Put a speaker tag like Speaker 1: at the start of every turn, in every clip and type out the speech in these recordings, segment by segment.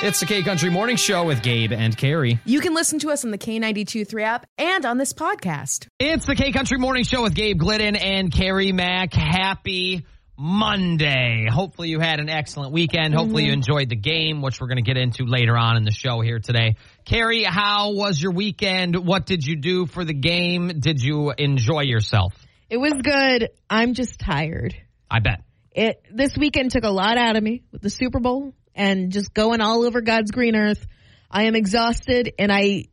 Speaker 1: It's the K Country Morning Show with Gabe and Carrie.
Speaker 2: You can listen to us on the K92.3 app and on this podcast.
Speaker 1: It's the K Country Morning Show with Gabe Glidden and Carrie Mack. Happy Monday. Hopefully you had an excellent weekend. Hopefully you enjoyed the game, which we're going to get into later on in the show here today. Carrie, how was your weekend? What did you do for the game? Did you enjoy yourself?
Speaker 3: It was good. I'm just tired.
Speaker 1: I bet.
Speaker 3: It this weekend took a lot out of me with the Super Bowl and just going all over God's green earth. I am exhausted and I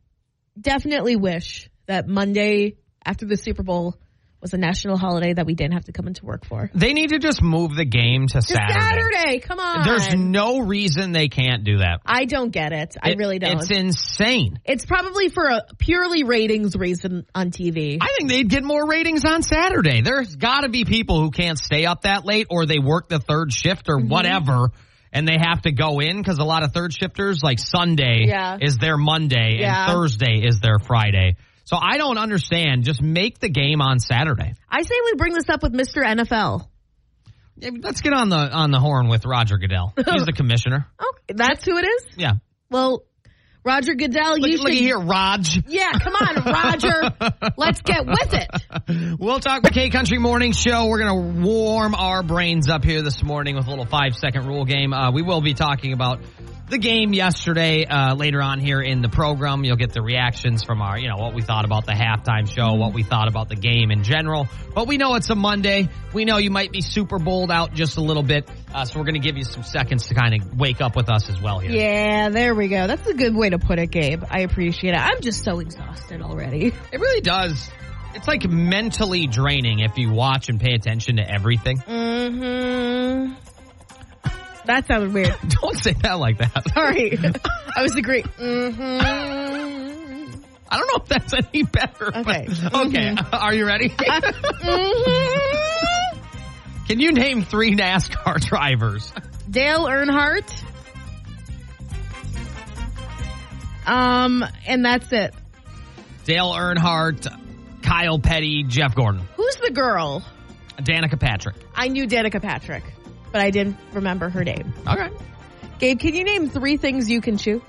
Speaker 3: definitely wish that Monday after the Super Bowl was a national holiday that we didn't have to come into work for.
Speaker 1: They need to just move the game to
Speaker 3: It's Saturday, come on.
Speaker 1: There's no reason they can't do that.
Speaker 3: I don't get it. I
Speaker 1: It-
Speaker 3: really don't.
Speaker 1: It's
Speaker 3: It's,
Speaker 1: insane.
Speaker 3: probably for a purely ratings reason on TV.
Speaker 1: I think they'd get more ratings on Saturday. There's got to be people who can't stay up that late or they work the third shift
Speaker 3: Mm-hmm.
Speaker 1: or whatever and they have to go in because a lot of third shifters, like Sunday
Speaker 3: Yeah.
Speaker 1: is their Monday
Speaker 3: Yeah.
Speaker 1: and Thursday is their Friday. So I don't understand. Just make the game on Saturday.
Speaker 3: I say we bring this up with Mr. NFL.
Speaker 1: Yeah, Let's get on the on the horn with Roger Goodell. He's the commissioner.
Speaker 3: Oh, that's who it is?
Speaker 1: Yeah.
Speaker 3: Well, Roger Goodell,
Speaker 1: Look,
Speaker 3: you
Speaker 1: looky
Speaker 3: should
Speaker 1: here, Raj.
Speaker 3: Yeah, come on, Roger. Let's get with it.
Speaker 1: We'll talk the K Country Morning Show. We're going to warm our brains up here this morning with a little five second rule game. Uh, we will be talking about the game yesterday uh, later on here in the program. You'll get the reactions from our, you know, what we thought about the halftime show, what we thought about the game in general. But we know it's a Monday. We know you might be Super Bowled out just a little bit. Uh, so we're going to give you some seconds to kind of wake up with us as well here.
Speaker 3: Yeah, there we go. That's a good way to put it, Gabe. I appreciate it. I'm just so exhausted already.
Speaker 1: It really does. It's like mentally draining if you watch and pay attention to everything.
Speaker 3: Mm-hmm. That sounded weird.
Speaker 1: Don't say that like that.
Speaker 3: Sorry. I was agree. Mm-hmm.
Speaker 1: I don't know if that's any better. but-
Speaker 3: Okay. Mm-hmm.
Speaker 1: okay. Are you ready? Can you name three NASCAR drivers?
Speaker 3: Dale Earnhardt. Um, and that's it.
Speaker 1: Dale Earnhardt, Kyle Petty, Jeff Gordon,
Speaker 3: Who's the girl?
Speaker 1: Danica Patrick.
Speaker 3: I knew Danica Patrick, but I didn't remember her name.
Speaker 1: Okay.
Speaker 3: Gabe, can you name three things you can chew?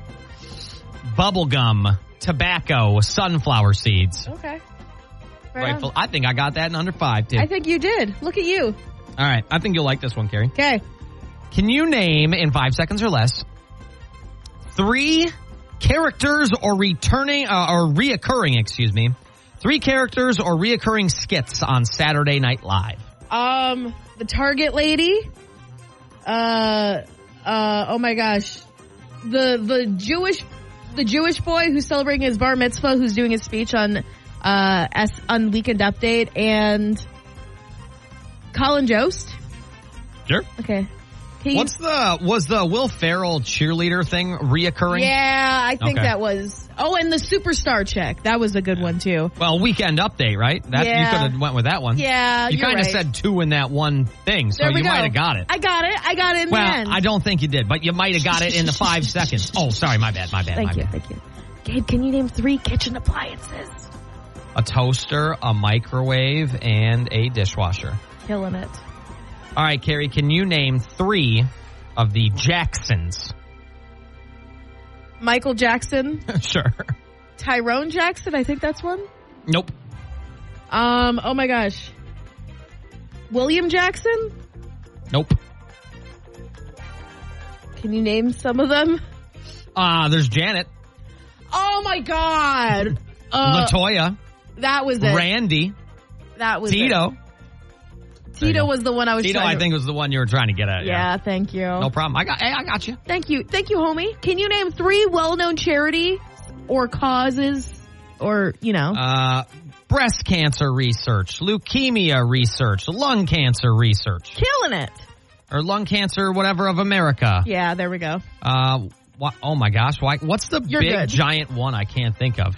Speaker 1: Bubblegum, tobacco, sunflower seeds.
Speaker 3: Okay.
Speaker 1: Rightful. I think I got that in under five, too.
Speaker 3: I think you did. Look at you.
Speaker 1: All right. I think you'll like this one, Carrie.
Speaker 3: Okay.
Speaker 1: Can you name in five seconds or less three characters or returning uh, or reoccurring? Excuse me, three characters or reoccurring skits on Saturday Night Live.
Speaker 3: Um, the Target lady. Uh, uh. Oh my gosh, the the Jewish, the Jewish boy who's celebrating his bar mitzvah, who's doing his speech on, uh, S on Weekend Update, and Colin Jost.
Speaker 1: Sure.
Speaker 3: Okay. Can you-
Speaker 1: What's the was the Will Ferrell cheerleader thing reoccurring?
Speaker 3: yeah, I think
Speaker 1: Okay.
Speaker 3: that was. Oh, and the superstar check. That was a good one too.
Speaker 1: Well, weekend update, right? That you
Speaker 3: Yeah.
Speaker 1: could have went with that one.
Speaker 3: Yeah,
Speaker 1: You
Speaker 3: you're
Speaker 1: kind of
Speaker 3: right.
Speaker 1: said two in that one thing, so
Speaker 3: There we
Speaker 1: you
Speaker 3: go.
Speaker 1: might have got it.
Speaker 3: I got it. I got it in
Speaker 1: well,
Speaker 3: the end.
Speaker 1: I don't think you did, but you might have got it in the five seconds. Oh, sorry, my bad, my bad, my
Speaker 3: Thank you.
Speaker 1: bad.
Speaker 3: Thank you. Gabe, can you name three kitchen appliances?
Speaker 1: A toaster, a microwave, and a dishwasher.
Speaker 3: Killing it.
Speaker 1: All right, Carrie, can you name three of the Jacksons?
Speaker 3: Michael Jackson,
Speaker 1: sure.
Speaker 3: Tyrone Jackson. I think that's one.
Speaker 1: Nope.
Speaker 3: Um. Oh my gosh. William Jackson.
Speaker 1: Nope.
Speaker 3: Can you name some of them?
Speaker 1: Uh, there's Janet,
Speaker 3: Oh my God. Uh,
Speaker 1: Latoya,
Speaker 3: that was it.
Speaker 1: Randy,
Speaker 3: that was it.
Speaker 1: Tito. There you
Speaker 3: Tito
Speaker 1: go.
Speaker 3: was the one I was.
Speaker 1: Tito,
Speaker 3: trying
Speaker 1: I
Speaker 3: to-
Speaker 1: think, was the one you were trying to get at.
Speaker 3: Yeah. Thank you.
Speaker 1: No problem. I got. Hey, I got you.
Speaker 3: Thank you. Thank you, homie. Can you name three well-known charities or causes or you know?
Speaker 1: Uh, breast cancer research, leukemia research, lung cancer research,
Speaker 3: killing it.
Speaker 1: or lung cancer, whatever of America.
Speaker 3: Yeah. There we go.
Speaker 1: Uh, wha- oh my gosh, why? What's the
Speaker 3: You're
Speaker 1: big
Speaker 3: good.
Speaker 1: giant one? I can't think of.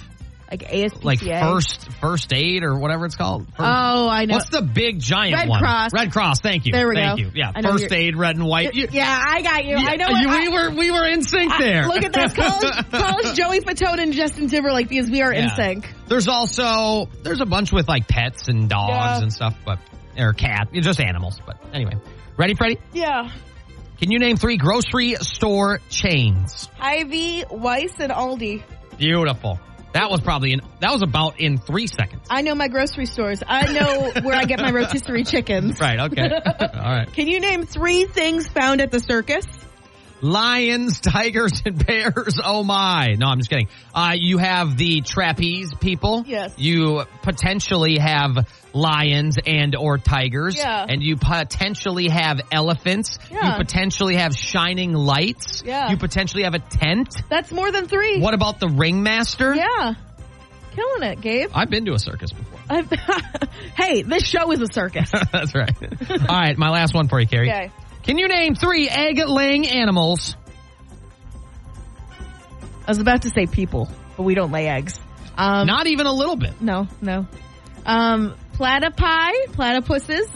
Speaker 3: Like ASPCA.
Speaker 1: Like first first aid or whatever it's called. First-
Speaker 3: Oh, I know.
Speaker 1: What's the big giant
Speaker 3: Red
Speaker 1: one?
Speaker 3: Cross.
Speaker 1: Red Cross. Thank you.
Speaker 3: There we
Speaker 1: thank
Speaker 3: go.
Speaker 1: you. Yeah.
Speaker 3: I know
Speaker 1: First
Speaker 3: you're-
Speaker 1: aid, red and white. You-
Speaker 3: yeah, I got you. I know. What,
Speaker 1: you-
Speaker 3: I-
Speaker 1: we were we were in sync there.
Speaker 3: Look at this. Call us, call us Joey Fatone and Justin Timberlake because we are in
Speaker 1: Yeah.
Speaker 3: sync.
Speaker 1: There's also there's a bunch with like pets and dogs
Speaker 3: Yeah.
Speaker 1: and stuff, but or cat, just animals. But anyway, ready, Freddie?
Speaker 3: Yeah.
Speaker 1: Can you name three grocery store chains?
Speaker 3: Ivy, Weiss, and Aldi.
Speaker 1: Beautiful. That was probably in, that was about in three seconds.
Speaker 3: I know my grocery stores. I know where I get my rotisserie chickens.
Speaker 1: Right. Okay. All right.
Speaker 3: Can you name three things found at the circus?
Speaker 1: Lions, tigers, and bears. Oh my. No, I'm just kidding. Uh, you have the trapeze people.
Speaker 3: Yes.
Speaker 1: You potentially have lions and or tigers.
Speaker 3: Yeah.
Speaker 1: And you potentially have elephants.
Speaker 3: Yeah.
Speaker 1: You potentially have shining lights.
Speaker 3: Yeah.
Speaker 1: You potentially have a tent.
Speaker 3: That's more than three.
Speaker 1: What about the ringmaster?
Speaker 3: Yeah. Killing it, Gabe.
Speaker 1: I've been to a circus before.
Speaker 3: I've, hey, this show is a circus.
Speaker 1: That's right. All right, my last one for you, Carrie.
Speaker 3: Okay.
Speaker 1: Can you name three egg-laying animals?
Speaker 3: I was about to say people, but we don't lay eggs. Um,
Speaker 1: Not even a little bit.
Speaker 3: no, no. Um, platypi, platypuses.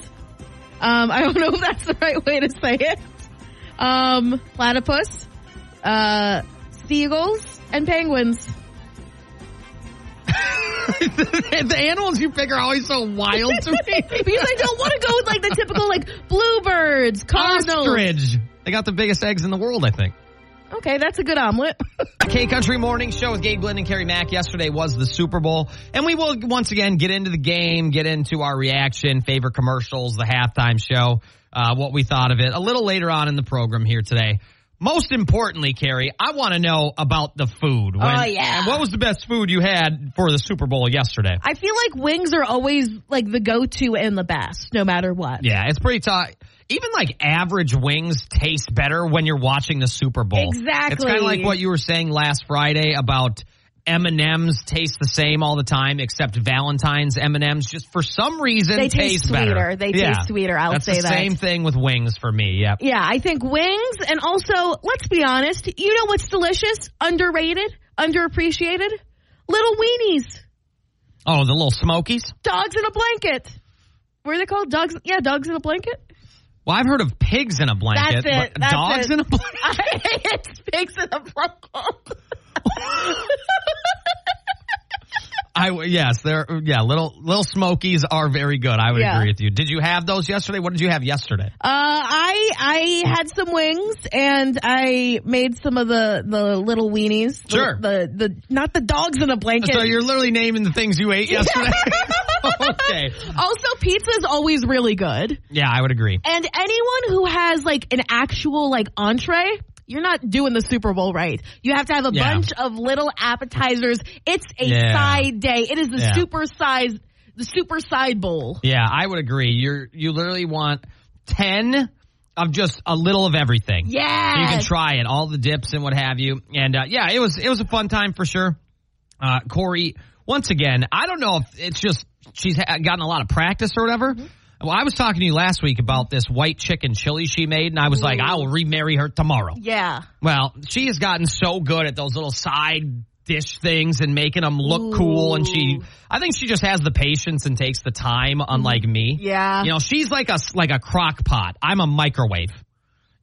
Speaker 3: Um, I don't know if that's the right way to say it. Um, platypus, uh, seagulls, and penguins.
Speaker 1: the animals you pick are always so wild to me.
Speaker 3: Because I don't want to go with like the typical like bluebirds, cardinals.
Speaker 1: Ostrich. They got the biggest eggs in the world, I think.
Speaker 3: Okay, that's a good omelet.
Speaker 1: K Country Morning Show with Gabe Glenn and Carrie Mack. Yesterday was the Super Bowl, and we will once again get into the game, get into our reaction, favorite commercials, the halftime show, uh, what we thought of it a little later on in the program here today. Most importantly, Carrie, I want to know about the food. When-
Speaker 3: Oh, yeah.
Speaker 1: and What was the best food you had for the Super Bowl yesterday?
Speaker 3: I feel like wings are always like the go-to and the best, no matter what.
Speaker 1: Yeah, it's pretty tough. Even like average wings taste better when you're watching the Super Bowl.
Speaker 3: Exactly.
Speaker 1: It's kind of like what you were saying last Friday about M and M's taste the same all the time, except Valentine's M and M's just for some reason
Speaker 3: They taste
Speaker 1: better.
Speaker 3: sweeter. They
Speaker 1: Yeah.
Speaker 3: taste sweeter. I'll
Speaker 1: That's
Speaker 3: say
Speaker 1: the
Speaker 3: that.
Speaker 1: Same thing with wings for me. Yeah.
Speaker 3: Yeah, I think wings and also, let's be honest, you know what's delicious, underrated, underappreciated? Little weenies,
Speaker 1: Oh, the little Smokies.
Speaker 3: dogs in a blanket. What are they called? Dogs? Yeah, dogs in a blanket.
Speaker 1: Well, I've heard of pigs in a blanket.
Speaker 3: That's it.
Speaker 1: but
Speaker 3: That's
Speaker 1: dogs
Speaker 3: it.
Speaker 1: in a blanket.
Speaker 3: it's pigs in a blanket.
Speaker 1: I yes, they're yeah. Little little Smokies are very good. I would
Speaker 3: Yeah.
Speaker 1: agree with you. Did you have those yesterday? What did you have yesterday?
Speaker 3: Uh, I I had some wings and I made some of the the little weenies. The-
Speaker 1: Sure.
Speaker 3: The the, not the dogs in a blanket.
Speaker 1: So you're literally naming the things you ate yesterday. okay.
Speaker 3: also, pizza is always really good.
Speaker 1: Yeah, I would agree.
Speaker 3: And anyone who has like an actual like entree, you're not doing the Super Bowl right. You have to have a
Speaker 1: Yeah.
Speaker 3: bunch of little appetizers. It's a
Speaker 1: Yeah.
Speaker 3: side day. It is the
Speaker 1: Yeah.
Speaker 3: super size the super side bowl.
Speaker 1: Yeah, I would agree. You're you literally want ten of just a little of everything.
Speaker 3: Yeah.
Speaker 1: You can try it, all the dips and what have you. And uh, yeah, it was it was a fun time for sure. Uh, Corey, once again, I don't know if it's just she's ha- gotten a lot of practice or whatever. Well, I was talking to you last week about this white chicken chili she made, and I was like, I will remarry her tomorrow.
Speaker 3: yeah.
Speaker 1: Well, she has gotten so good at those little side dish things and making them look cool. And she, I think she just has the patience and takes the time, unlike me.
Speaker 3: Mm-hmm. Yeah.
Speaker 1: You know, she's like a like a crock pot. I'm a microwave.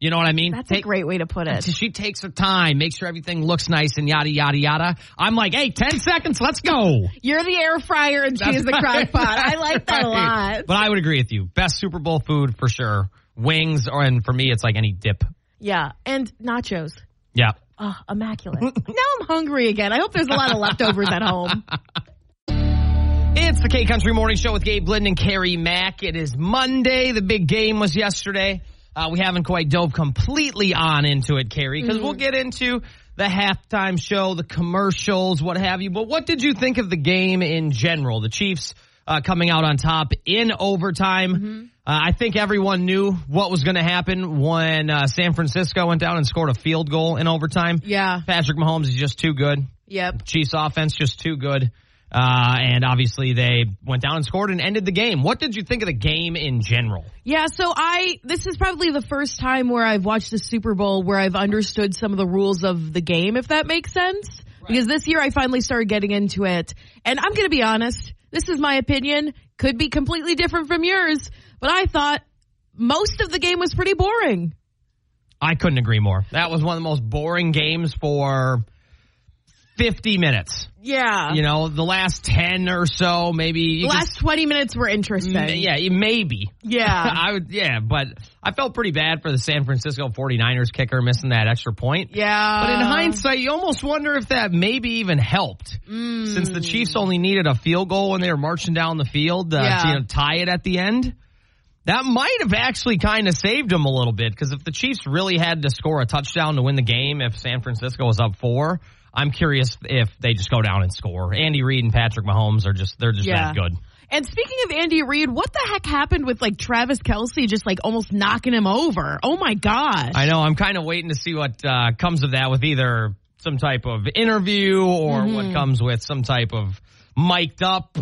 Speaker 1: You know what I mean?
Speaker 3: That's a
Speaker 1: Take-
Speaker 3: great way to put it.
Speaker 1: she takes her time, makes sure everything looks nice and yada yada yada. I'm like, hey, ten seconds, let's go.
Speaker 3: You're the air fryer and she's the crock pot. I like that a
Speaker 1: Right.
Speaker 3: lot.
Speaker 1: But I would agree with you. Best Super Bowl food for sure. Wings, or and for me, it's like any dip.
Speaker 3: Yeah. And nachos.
Speaker 1: Yeah.
Speaker 3: Oh, immaculate. now I'm hungry again. I hope there's a lot of leftovers at home.
Speaker 1: It's the K Country Morning Show with Gabe Linden and Carrie Mack. It is Monday. The big game was yesterday. Uh, we haven't quite dove completely on into it, Carrie, because we'll get into the halftime show, the commercials, what have you. But what did you think of the game in general? The Chiefs uh, coming out on top in overtime. Uh, I think everyone knew what was going to happen when uh, San Francisco went down and scored a field goal in overtime.
Speaker 3: Yeah.
Speaker 1: Patrick Mahomes is just too good.
Speaker 3: Yep.
Speaker 1: Chiefs offense just too good. Uh, and obviously they went down and scored and ended the game. What did you think of the game in general?
Speaker 3: Yeah, so I this is probably the first time where I've watched the Super Bowl where I've understood some of the rules of the game, if that makes sense. Because this year I finally started getting into it. And I'm gonna be honest, this is my opinion. Could be completely different from yours, but I thought most of the game was pretty boring.
Speaker 1: I couldn't agree more. That was one of the most boring games for 50 minutes.
Speaker 3: Yeah.
Speaker 1: You know, the last 10 or so, maybe. you
Speaker 3: the
Speaker 1: could
Speaker 3: last 20 minutes were interesting.
Speaker 1: M- Yeah, it- maybe.
Speaker 3: Mm, Yeah.
Speaker 1: I would, yeah, but I felt pretty bad for the San Francisco 49ers kicker missing that extra point.
Speaker 3: Yeah.
Speaker 1: But in hindsight, you almost wonder if that maybe even helped,
Speaker 3: Mm.
Speaker 1: since the Chiefs only needed a field goal when they were marching down the field uh, to
Speaker 3: Yeah.
Speaker 1: you know, tie it at the end. That might have actually kind of saved them a little bit because if the Chiefs really had to score a touchdown to win the game, if San Francisco was up four, I'm curious if they just go down and score. Andy Reid and Patrick Mahomes are just they're just
Speaker 3: Yeah.
Speaker 1: that good.
Speaker 3: And speaking of Andy Reid, what the heck happened with like Travis Kelsey just like almost knocking him over? Oh my gosh.
Speaker 1: I know. I'm kind of waiting to see what uh, comes of that with either some type of interview or
Speaker 3: Mm-hmm.
Speaker 1: what comes with some type of mic'd up.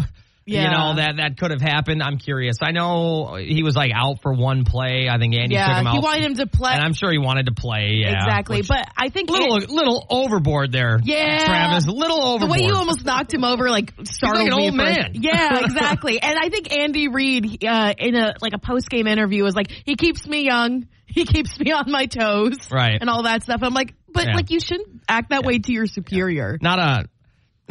Speaker 1: You
Speaker 3: Yeah.
Speaker 1: know that that could have happened. I'm curious. I know he was like out for one play. I think Andy took
Speaker 3: yeah.
Speaker 1: him out,
Speaker 3: He wanted him to play.
Speaker 1: and I'm sure he wanted to play. Yeah,
Speaker 3: exactly.
Speaker 1: which-
Speaker 3: But I think
Speaker 1: little
Speaker 3: it-
Speaker 1: little overboard there.
Speaker 3: Yeah.
Speaker 1: Travis, little overboard.
Speaker 3: the way you almost knocked him over like startled
Speaker 1: an
Speaker 3: me
Speaker 1: old
Speaker 3: for a-
Speaker 1: man.
Speaker 3: Yeah, exactly. and I think Andy Reid uh, in a like a post game interview was like, he keeps me young. He keeps me on my toes.
Speaker 1: Right.
Speaker 3: And all that stuff. I'm like, but
Speaker 1: Yeah.
Speaker 3: like you shouldn't act that way to your superior.
Speaker 1: not a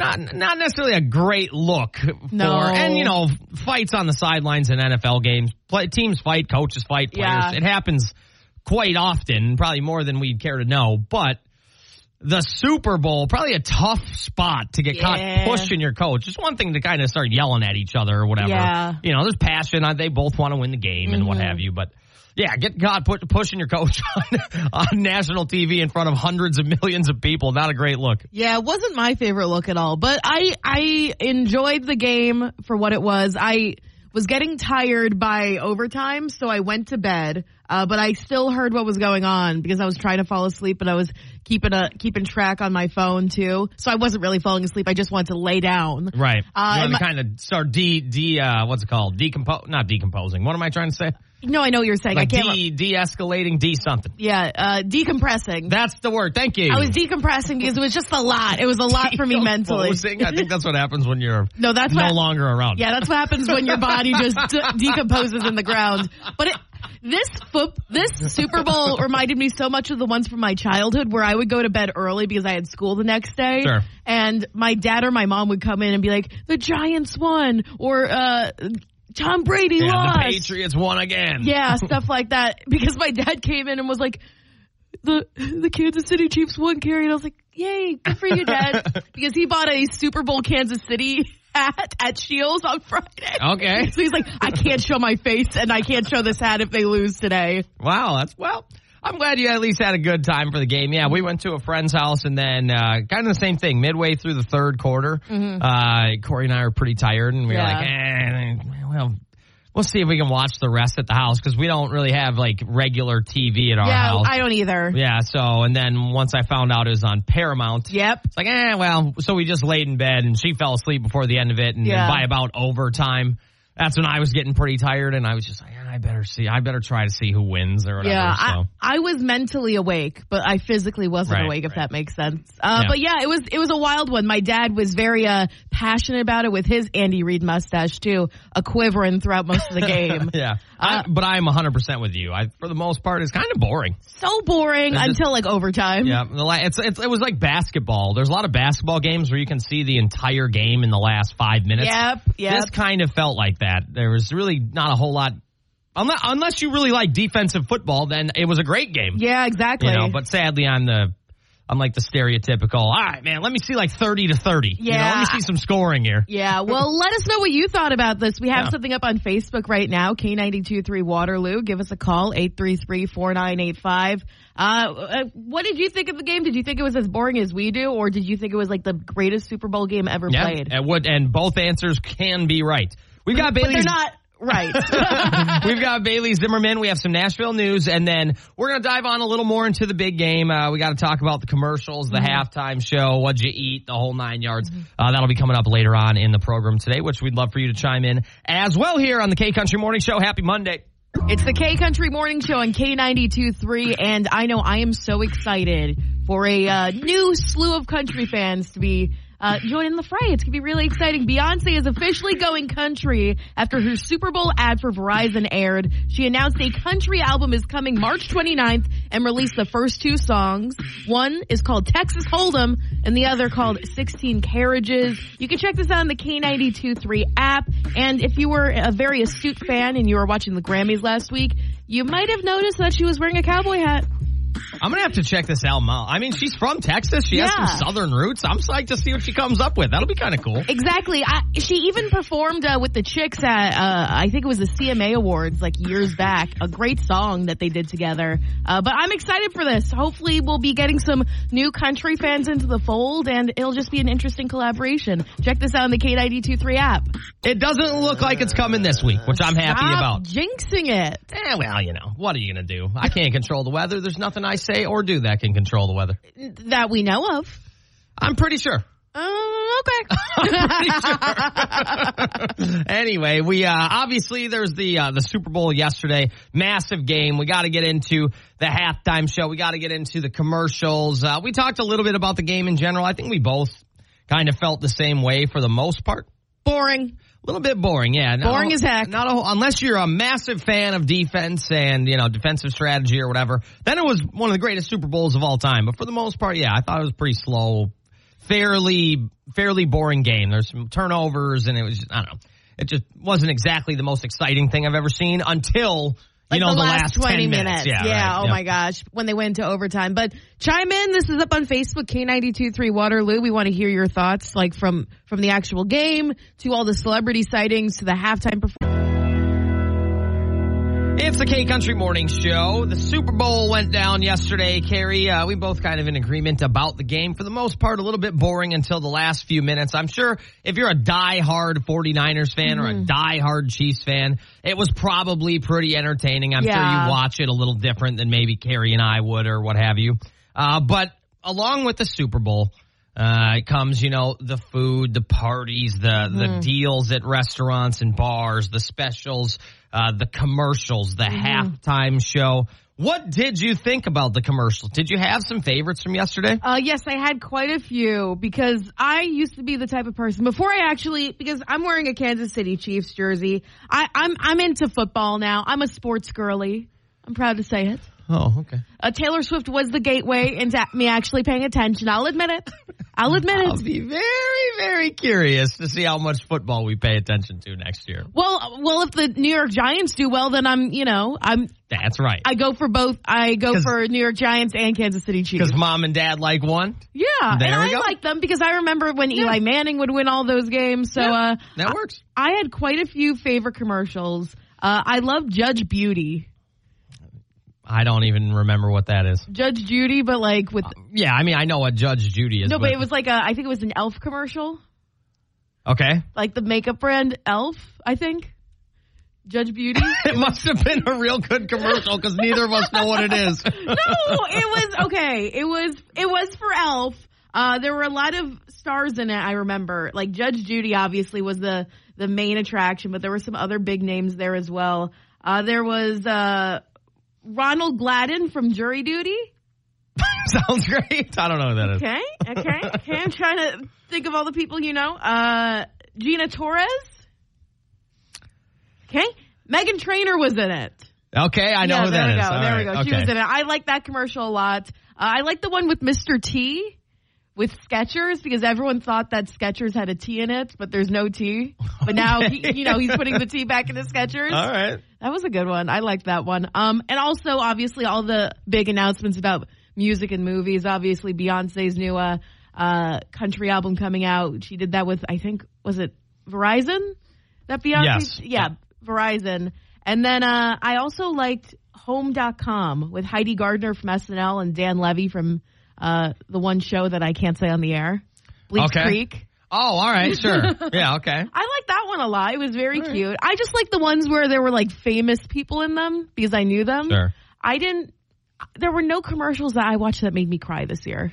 Speaker 1: not not necessarily a great look for
Speaker 3: No.
Speaker 1: and you know fights on the sidelines in NFL games play, teams fight coaches fight players
Speaker 3: Yeah.
Speaker 1: it happens quite often probably more than we'd care to know but the Super Bowl probably a tough spot to get
Speaker 3: Yeah.
Speaker 1: caught pushing your coach it's one thing to kind of start yelling at each other or whatever
Speaker 3: Yeah. Mm-hmm.
Speaker 1: you know there's passion uh, they both want to win the game and what have you but yeah, get caught put, pushing your coach on, on national TV in front of hundreds of millions of people. Not a great look.
Speaker 3: Yeah, it wasn't my favorite look at all, but I I enjoyed the game for what it was. I was getting tired by overtime, so I went to bed. Uh, but I still heard what was going on because I was trying to fall asleep, but I was keeping a keeping track on my phone too. So I wasn't really falling asleep. I just wanted to lay down.
Speaker 1: Right.
Speaker 3: Uh,
Speaker 1: you want
Speaker 3: and
Speaker 1: to kind of start de de uh, what's it called? Decompose? Not decomposing. What am I trying to say?
Speaker 3: No, I know what you're saying.
Speaker 1: Like
Speaker 3: I can't. re-
Speaker 1: de de escalating, de something.
Speaker 3: yeah, uh, decompressing.
Speaker 1: That's the word. Thank you.
Speaker 3: I was decompressing because it was just a lot. It was a lot for me mentally.
Speaker 1: Decomposing? I think that's what happens when you're
Speaker 3: No, that's
Speaker 1: no
Speaker 3: what-
Speaker 1: longer around.
Speaker 3: Yeah, that's what happens when your body just d- decomposes in the ground. But it, this foot, this Super Bowl reminded me so much of the ones from my childhood where I would go to bed early because I had school the next day.
Speaker 1: Sure.
Speaker 3: And my dad or my mom would come in and be like, "The Giants won," or uh, "Tom Brady
Speaker 1: And
Speaker 3: lost."
Speaker 1: the Patriots won again.
Speaker 3: Yeah, stuff like that. Because my dad came in and was like, the the Kansas City Chiefs won, Carrie. And I was like, yay, good for you, Dad. because he bought a Super Bowl Kansas City hat at Shields on Friday.
Speaker 1: Okay.
Speaker 3: So he's like, I can't show my face and I can't show this hat if they lose today.
Speaker 1: Wow. That's well. I'm glad you at least had a good time for the game. Yeah, we went to a friend's house and then uh, kind of the same thing. Midway through the third quarter, uh, Corey and I were pretty tired, and we were
Speaker 3: Mm-hmm. Yeah.
Speaker 1: like, eh, well, we'll see if we can watch the rest at the house because we don't really have like regular TV at our
Speaker 3: yeah,
Speaker 1: house.
Speaker 3: I don't either.
Speaker 1: yeah. So, and then once I found out it was on Paramount,
Speaker 3: Yep.
Speaker 1: it's like, eh, well, so we just laid in bed and she fell asleep before the end of it. And,
Speaker 3: Yeah.
Speaker 1: by about overtime, that's when I was getting pretty tired and I was just like, eh, I better see, I better try to see who wins or whatever.
Speaker 3: Yeah, I,
Speaker 1: so.
Speaker 3: I was mentally awake, but I physically wasn't
Speaker 1: Right,
Speaker 3: awake. If
Speaker 1: right.
Speaker 3: that makes sense. Uh,
Speaker 1: Yeah.
Speaker 3: But yeah, it was it was a wild one. My dad was very uh, passionate about it with his Andy Reid mustache too, a quivering throughout most of the game.
Speaker 1: yeah,
Speaker 3: Uh,
Speaker 1: I, but I'm 100% with you. I, for the most part, it's kind of boring.
Speaker 3: So boring
Speaker 1: It's just-
Speaker 3: until like overtime.
Speaker 1: Yeah, the la- it's, it's it was like basketball. There's a lot of basketball games where you can see the entire game in the last five minutes.
Speaker 3: Yep, yep.
Speaker 1: This kind of felt like that. There was really not a whole lot, unless, unless you really like defensive football, then it was a great game.
Speaker 3: Yeah, exactly.
Speaker 1: you know. But sadly, I'm the I'm like the stereotypical. All right, man. Let me see like thirty to thirty. you know,
Speaker 3: Yeah.
Speaker 1: let me see some scoring here.
Speaker 3: yeah, well, let us know what you thought about this. We have
Speaker 1: Yeah.
Speaker 3: something up on Facebook right now, K923 Waterloo. Give us a call, 833-4985. Uh, uh, what did you think of the game? Did you think it was as boring as we do, or did you think it was like the greatest Super Bowl game ever
Speaker 1: Yeah,
Speaker 3: played?
Speaker 1: and would and both answers can be right. We've got
Speaker 3: But they're
Speaker 1: Bailey's.
Speaker 3: not right.
Speaker 1: We've got Bailey Zimmerman. We have some Nashville news, and then we're gonna dive on a little more into the big game. Uh, we got to talk about the commercials,
Speaker 3: Mm-hmm.
Speaker 1: the halftime show, what you eat, the whole nine yards. Uh, that'll be coming up later on in the program today, which we'd love for you to chime in as well here on the K Country Morning Show. Happy Monday!
Speaker 3: It's the K Country Morning Show on K92.3, and I know I am so excited for a uh, new slew of country fans to be uh, joining the fray. It's going to be really exciting. Beyonce is officially going country after her Super Bowl ad for Verizon aired. She announced a country album is coming March 29th and released the first two songs. One is called Texas Hold'em, and and the other called 16 Carriages. You can check this out on the K92.3 app. And if you were a very astute fan and you were watching the Grammys last week, you might have noticed that she was wearing a cowboy hat.
Speaker 1: I'm gonna have to check this album out. I mean, she's from Texas. She
Speaker 3: Yeah.
Speaker 1: has some southern roots. I'm psyched to see what she comes up with. That'll be kind of cool.
Speaker 3: Exactly. I, she even performed uh, with the chicks at uh, I think it was the CMA Awards like years back. A great song that they did together. Uh, but I'm excited for this. Hopefully, we'll be getting some new country fans into the fold, and it'll just be an interesting collaboration. Check this out on the K923 app.
Speaker 1: It doesn't look like it's coming this week, which I'm happy
Speaker 3: Stop
Speaker 1: about.
Speaker 3: jinxing it.
Speaker 1: Eh, well, you know, what are you gonna do? I can't control the weather. There's nothing I say or do that can control the weather.
Speaker 3: That we know of.
Speaker 1: I'm pretty sure.
Speaker 3: Uh,
Speaker 1: Pretty
Speaker 3: okay.
Speaker 1: sure. anyway, we uh, obviously there's the uh, the Super Bowl yesterday, massive game. We got to get into the halftime show. We got to get into the commercials. Uh, we talked a little bit about the game in general. I think we both kind of felt the same way for the most part.
Speaker 3: Boring.
Speaker 1: A little bit boring, yeah. Not
Speaker 3: Boring
Speaker 1: a-
Speaker 3: as heck.
Speaker 1: Not a whole, unless you're a massive fan of defense and you know defensive strategy or whatever. Then it was one of the greatest Super Bowls of all time. But for the most part, yeah, I thought it was pretty slow, fairly fairly boring game. There's some turnovers, and it was I don't know. It just wasn't exactly the most exciting thing I've ever seen until you
Speaker 3: Like
Speaker 1: know
Speaker 3: the,
Speaker 1: the,
Speaker 3: last,
Speaker 1: 10
Speaker 3: 20 minutes.
Speaker 1: Yeah, right,
Speaker 3: oh my gosh. When they went into overtime. But chime in. This is up on Facebook, K923 Waterloo. We want to hear your thoughts, like from, from the actual game to all the celebrity sightings to the halftime performance.
Speaker 1: It's the K Country Morning Show. The Super Bowl went down yesterday. Carrie, uh, we both kind of in agreement about the game. For the most part, a little bit boring until the last few minutes. I'm sure if you're a die-hard 49ers fan or a die-hard Chiefs fan, it was probably pretty entertaining. I'm sure
Speaker 3: Yeah.
Speaker 1: you watch it a little different than maybe Carrie and I would or what have you. Uh, but along with the Super Bowl, uh, it comes, you know, the food, the parties, the the deals at restaurants and bars, the specials, uh, the commercials, the halftime show. What did you think about the commercials? Did you have some favorites from yesterday?
Speaker 3: Uh, yes, I had quite a few because I used to be the type of person before I actually, because I'm wearing a Kansas City Chiefs jersey. I, I'm, I'm into football now. I'm a sports girly. I'm proud to say it.
Speaker 1: Oh, okay.
Speaker 3: uh, Taylor Swift was the gateway into me actually paying attention. I'll admit it. I'll admit
Speaker 1: I'll
Speaker 3: it.
Speaker 1: be very, very curious to see how much football we pay attention to next year.
Speaker 3: Well, uh, well, if the New York Giants do well, then I'm, you know, I'm,
Speaker 1: That's right.
Speaker 3: I go for both. I go
Speaker 1: 'Cause-
Speaker 3: for New York Giants and Kansas City Chiefs.
Speaker 1: Because mom and dad like one.
Speaker 3: Yeah,
Speaker 1: There
Speaker 3: and
Speaker 1: we
Speaker 3: I
Speaker 1: go.
Speaker 3: like them because I remember when Eli Manning would win all those games. So uh,
Speaker 1: That works.
Speaker 3: I had quite a few favorite commercials. Uh, I love Judge Beauty,
Speaker 1: I don't even remember what that is.
Speaker 3: Judge Judy, but like with
Speaker 1: Yeah, I mean, I know what Judge Judy is.
Speaker 3: no, but it was like a, I think it was an Elf commercial.
Speaker 1: okay.
Speaker 3: like the makeup brand Elf, I think. Judge Beauty.
Speaker 1: It must have been a real good commercial because neither of us know what it is.
Speaker 3: no, it was okay. It was it was for Elf. Uh, there were a lot of stars in it. I remember, like Judge Judy, obviously was the the main attraction, but there were some other big names there as well. Uh, there was uh, Ronald Gladden from Jury Duty.
Speaker 1: Sounds great. I don't know what that is.
Speaker 3: Okay, okay, okay. I'm trying to think of all the people you know. Uh, Gina Torres. Okay, Megan Trainor was in it.
Speaker 1: Okay, I know
Speaker 3: yeah,
Speaker 1: who
Speaker 3: there
Speaker 1: that is.
Speaker 3: we go.
Speaker 1: All
Speaker 3: there we
Speaker 1: right,
Speaker 3: go. She
Speaker 1: okay.
Speaker 3: was in it. I like that commercial a lot. Uh, I like the one with Mr. T with Skechers because everyone thought that Skechers had a T in it, but there's no T. But now, he, you know, he's putting the T back into Skechers.
Speaker 1: All right.
Speaker 3: That was a good one. I liked that one. Um, and also obviously all the big announcements about music and movies. Obviously Beyonce's new uh, uh, country album coming out. She did that with I think was it Verizon? That Beyonce?
Speaker 1: Yes.
Speaker 3: Yeah, Verizon. And then uh, I also liked Home.com with Heidi Gardner from SNL and Dan Levy from uh, the one show that I can't say on the air, Bleak
Speaker 1: Okay.
Speaker 3: Creek.
Speaker 1: Oh, all right. Sure. yeah. Okay.
Speaker 3: I like that one a lot. It was very cute. I just like the ones where there were like famous people in them because I knew them.
Speaker 1: Sure.
Speaker 3: I didn't. There were no commercials that I watched that made me cry this year.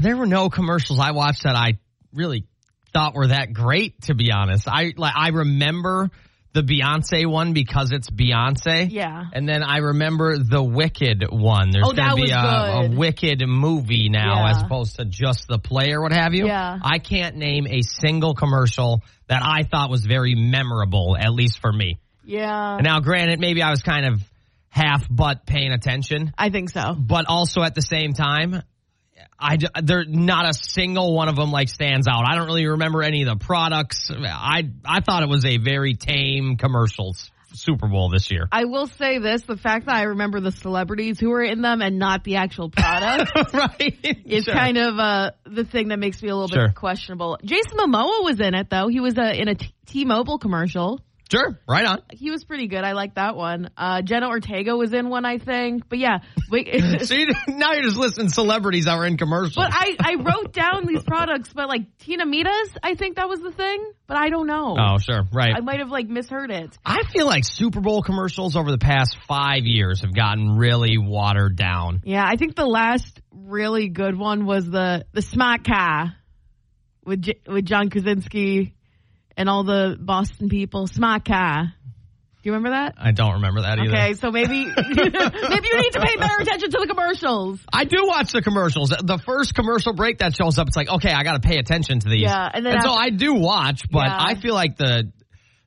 Speaker 1: There were no commercials I watched that I really thought were that great. To be honest, I like I remember the Beyonce one because it's Beyonce.
Speaker 3: Yeah.
Speaker 1: And then I remember the Wicked one. There's
Speaker 3: Oh, that
Speaker 1: going to be
Speaker 3: was
Speaker 1: a, a
Speaker 3: good.
Speaker 1: Wicked movie now
Speaker 3: Yeah.
Speaker 1: as opposed to just the play or what have you.
Speaker 3: Yeah.
Speaker 1: I can't name a single commercial that I thought was very memorable, at least for me.
Speaker 3: Yeah.
Speaker 1: Now, granted, maybe I was kind of half butt paying attention,
Speaker 3: I think so.
Speaker 1: but also at the same time, I d- they're not a single one of them like stands out. I don't really remember any of the products. I I thought it was a very tame commercials Super Bowl this year.
Speaker 3: I will say this: the fact that I remember the celebrities who were in them and not the actual product
Speaker 1: right?
Speaker 3: is kind of uh, the thing that makes me a little
Speaker 1: Sure.
Speaker 3: bit questionable. Jason Momoa was in it though; he was uh, in a T- T-Mobile commercial.
Speaker 1: sure, right on.
Speaker 3: He was pretty good. I like that one. Uh, Jenna Ortega was in one, I think. But yeah, wait,
Speaker 1: So you, now you're just listing celebrities that were in commercials.
Speaker 3: but I I wrote down these products, but like Tina Mita's, I think that was the thing. But I don't know.
Speaker 1: oh, sure, right.
Speaker 3: I might have like misheard it.
Speaker 1: I feel like Super Bowl commercials over the past five years have gotten really watered down.
Speaker 3: Yeah, I think the last really good one was the the Smack Car with J- with John Krasinski and all the Boston people. Smack Car. Do you remember that?
Speaker 1: I don't remember that either.
Speaker 3: Okay, so maybe maybe you need to pay better attention to the commercials.
Speaker 1: I do watch the commercials. The first commercial break that shows up, it's like, okay, I got to pay attention to these.
Speaker 3: Yeah, and then
Speaker 1: so
Speaker 3: after-
Speaker 1: I do watch, but
Speaker 3: Yeah.
Speaker 1: I feel like the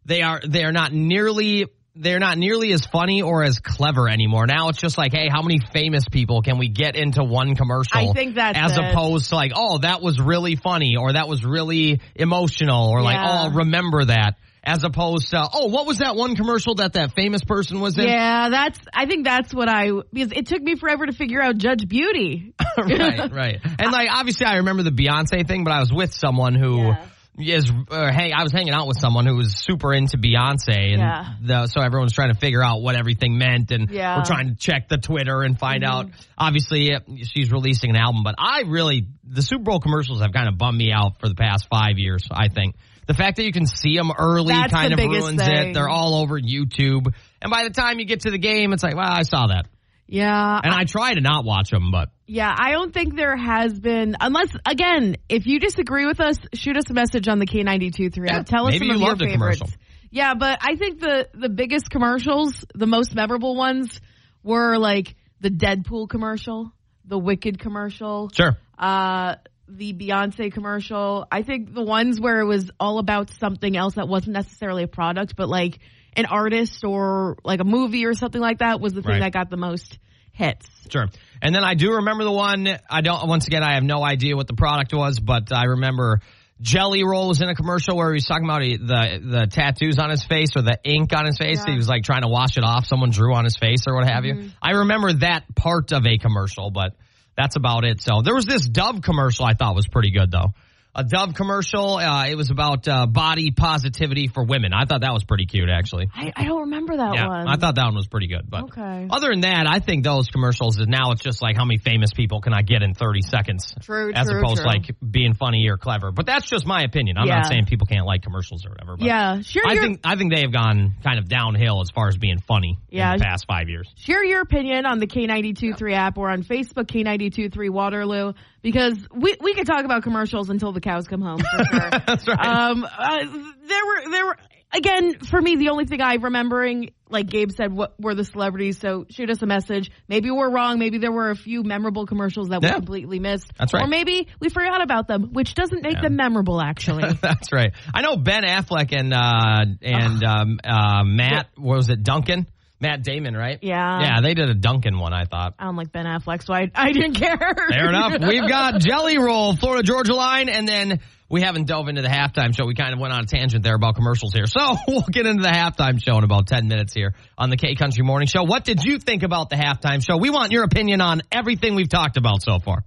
Speaker 1: they are they are not nearly they're not nearly as funny or as clever anymore. Now it's just like, hey, how many famous people can we get into one commercial?
Speaker 3: I think that's
Speaker 1: as
Speaker 3: it.
Speaker 1: opposed to like, oh, that was really funny or that was really emotional or like, oh,
Speaker 3: Yeah.
Speaker 1: remember that. As opposed to, oh, what was that one commercial that that famous person was in?
Speaker 3: Yeah, that's. I think that's what I because it took me forever to figure out Judge Beauty.
Speaker 1: right, right. And like, obviously, I remember the Beyonce thing, but I was with someone who is uh, hey, I was hanging out with someone who was super into Beyonce, and
Speaker 3: Yeah.
Speaker 1: the, so everyone's trying to figure out what everything meant, and
Speaker 3: Yeah. Mm-hmm.
Speaker 1: we're trying to check the Twitter and find out. Obviously, uh, she's releasing an album, but I really the Super Bowl commercials have kind of bummed me out for the past five years. I think the fact that you can see them early
Speaker 3: That's
Speaker 1: kind
Speaker 3: the
Speaker 1: of
Speaker 3: biggest
Speaker 1: ruins it.
Speaker 3: thing.
Speaker 1: They're all over YouTube, and by the time you get to the game, it's like, well, I saw that,
Speaker 3: Yeah,
Speaker 1: and I try to not watch them, but.
Speaker 3: Yeah, I don't think there has been, unless, again, if you disagree with us, shoot us a message on the K92 3
Speaker 1: Yeah,
Speaker 3: app. Tell us
Speaker 1: maybe
Speaker 3: some of
Speaker 1: you
Speaker 3: your
Speaker 1: loved a
Speaker 3: favorites.
Speaker 1: commercial.
Speaker 3: Yeah, but I think the, the biggest commercials, the most memorable ones, were like the Deadpool commercial, the Wicked commercial,
Speaker 1: Sure.
Speaker 3: uh, the Beyonce commercial. I think the ones where it was all about something else that wasn't necessarily a product, but like an artist or like a movie or something like that was the thing
Speaker 1: Right.
Speaker 3: that got the most hits.
Speaker 1: Sure. And then I do remember the one. I don't. Once again, I have no idea what the product was, but I remember Jelly Roll was in a commercial where he was talking about he- the the tattoos on his face or the ink on his face.
Speaker 3: Yeah.
Speaker 1: He was like trying to wash it off. Someone drew on his face or what have you. I remember that part of a commercial, but that's about it. So there was this Dove commercial I thought was pretty good though. A Dove commercial. Uh, it was about uh, body positivity for women. I thought that was pretty cute actually.
Speaker 3: I, I don't remember that
Speaker 1: Yeah,
Speaker 3: one.
Speaker 1: I thought that one was pretty good. But
Speaker 3: Okay.
Speaker 1: other than that, I think those commercials is now it's just like how many famous people can I get in thirty seconds?
Speaker 3: True,
Speaker 1: As
Speaker 3: true,
Speaker 1: opposed
Speaker 3: true.
Speaker 1: to like being funny or clever. But that's just my opinion. I'm
Speaker 3: Yeah.
Speaker 1: not saying people can't like commercials or whatever. But
Speaker 3: Yeah, share
Speaker 1: I
Speaker 3: your
Speaker 1: think I think they have gone kind of downhill as far as being funny
Speaker 3: Yeah.
Speaker 1: in the past five years.
Speaker 3: share your opinion on the K923 app or on Facebook K923 Waterloo because we we could talk about commercials until the cows come home for sure.
Speaker 1: That's right.
Speaker 3: um uh, there were there were again for me the only thing I remembering like Gabe said what were the celebrities so shoot us a message. Maybe we're wrong, maybe there were a few memorable commercials that we
Speaker 1: Yeah.
Speaker 3: completely missed.
Speaker 1: That's right.
Speaker 3: Or maybe we forgot about them, which doesn't make them memorable actually.
Speaker 1: that's right. I know Ben Affleck and uh, and um, uh, Matt. What was it? Duncan. Matt Damon, right?
Speaker 3: Yeah.
Speaker 1: Yeah, they did a Duncan one. I thought.
Speaker 3: I don't like Ben Affleck, so I, I didn't care.
Speaker 1: Fair enough. We've got Jelly Roll, Florida Georgia line, and then we haven't dove into the halftime show. We kind of went on a tangent there about commercials here. So we'll get into the halftime show in about 10 minutes here on the K Country Morning Show. What did you think about the halftime show? We want your opinion on everything we've talked about so far.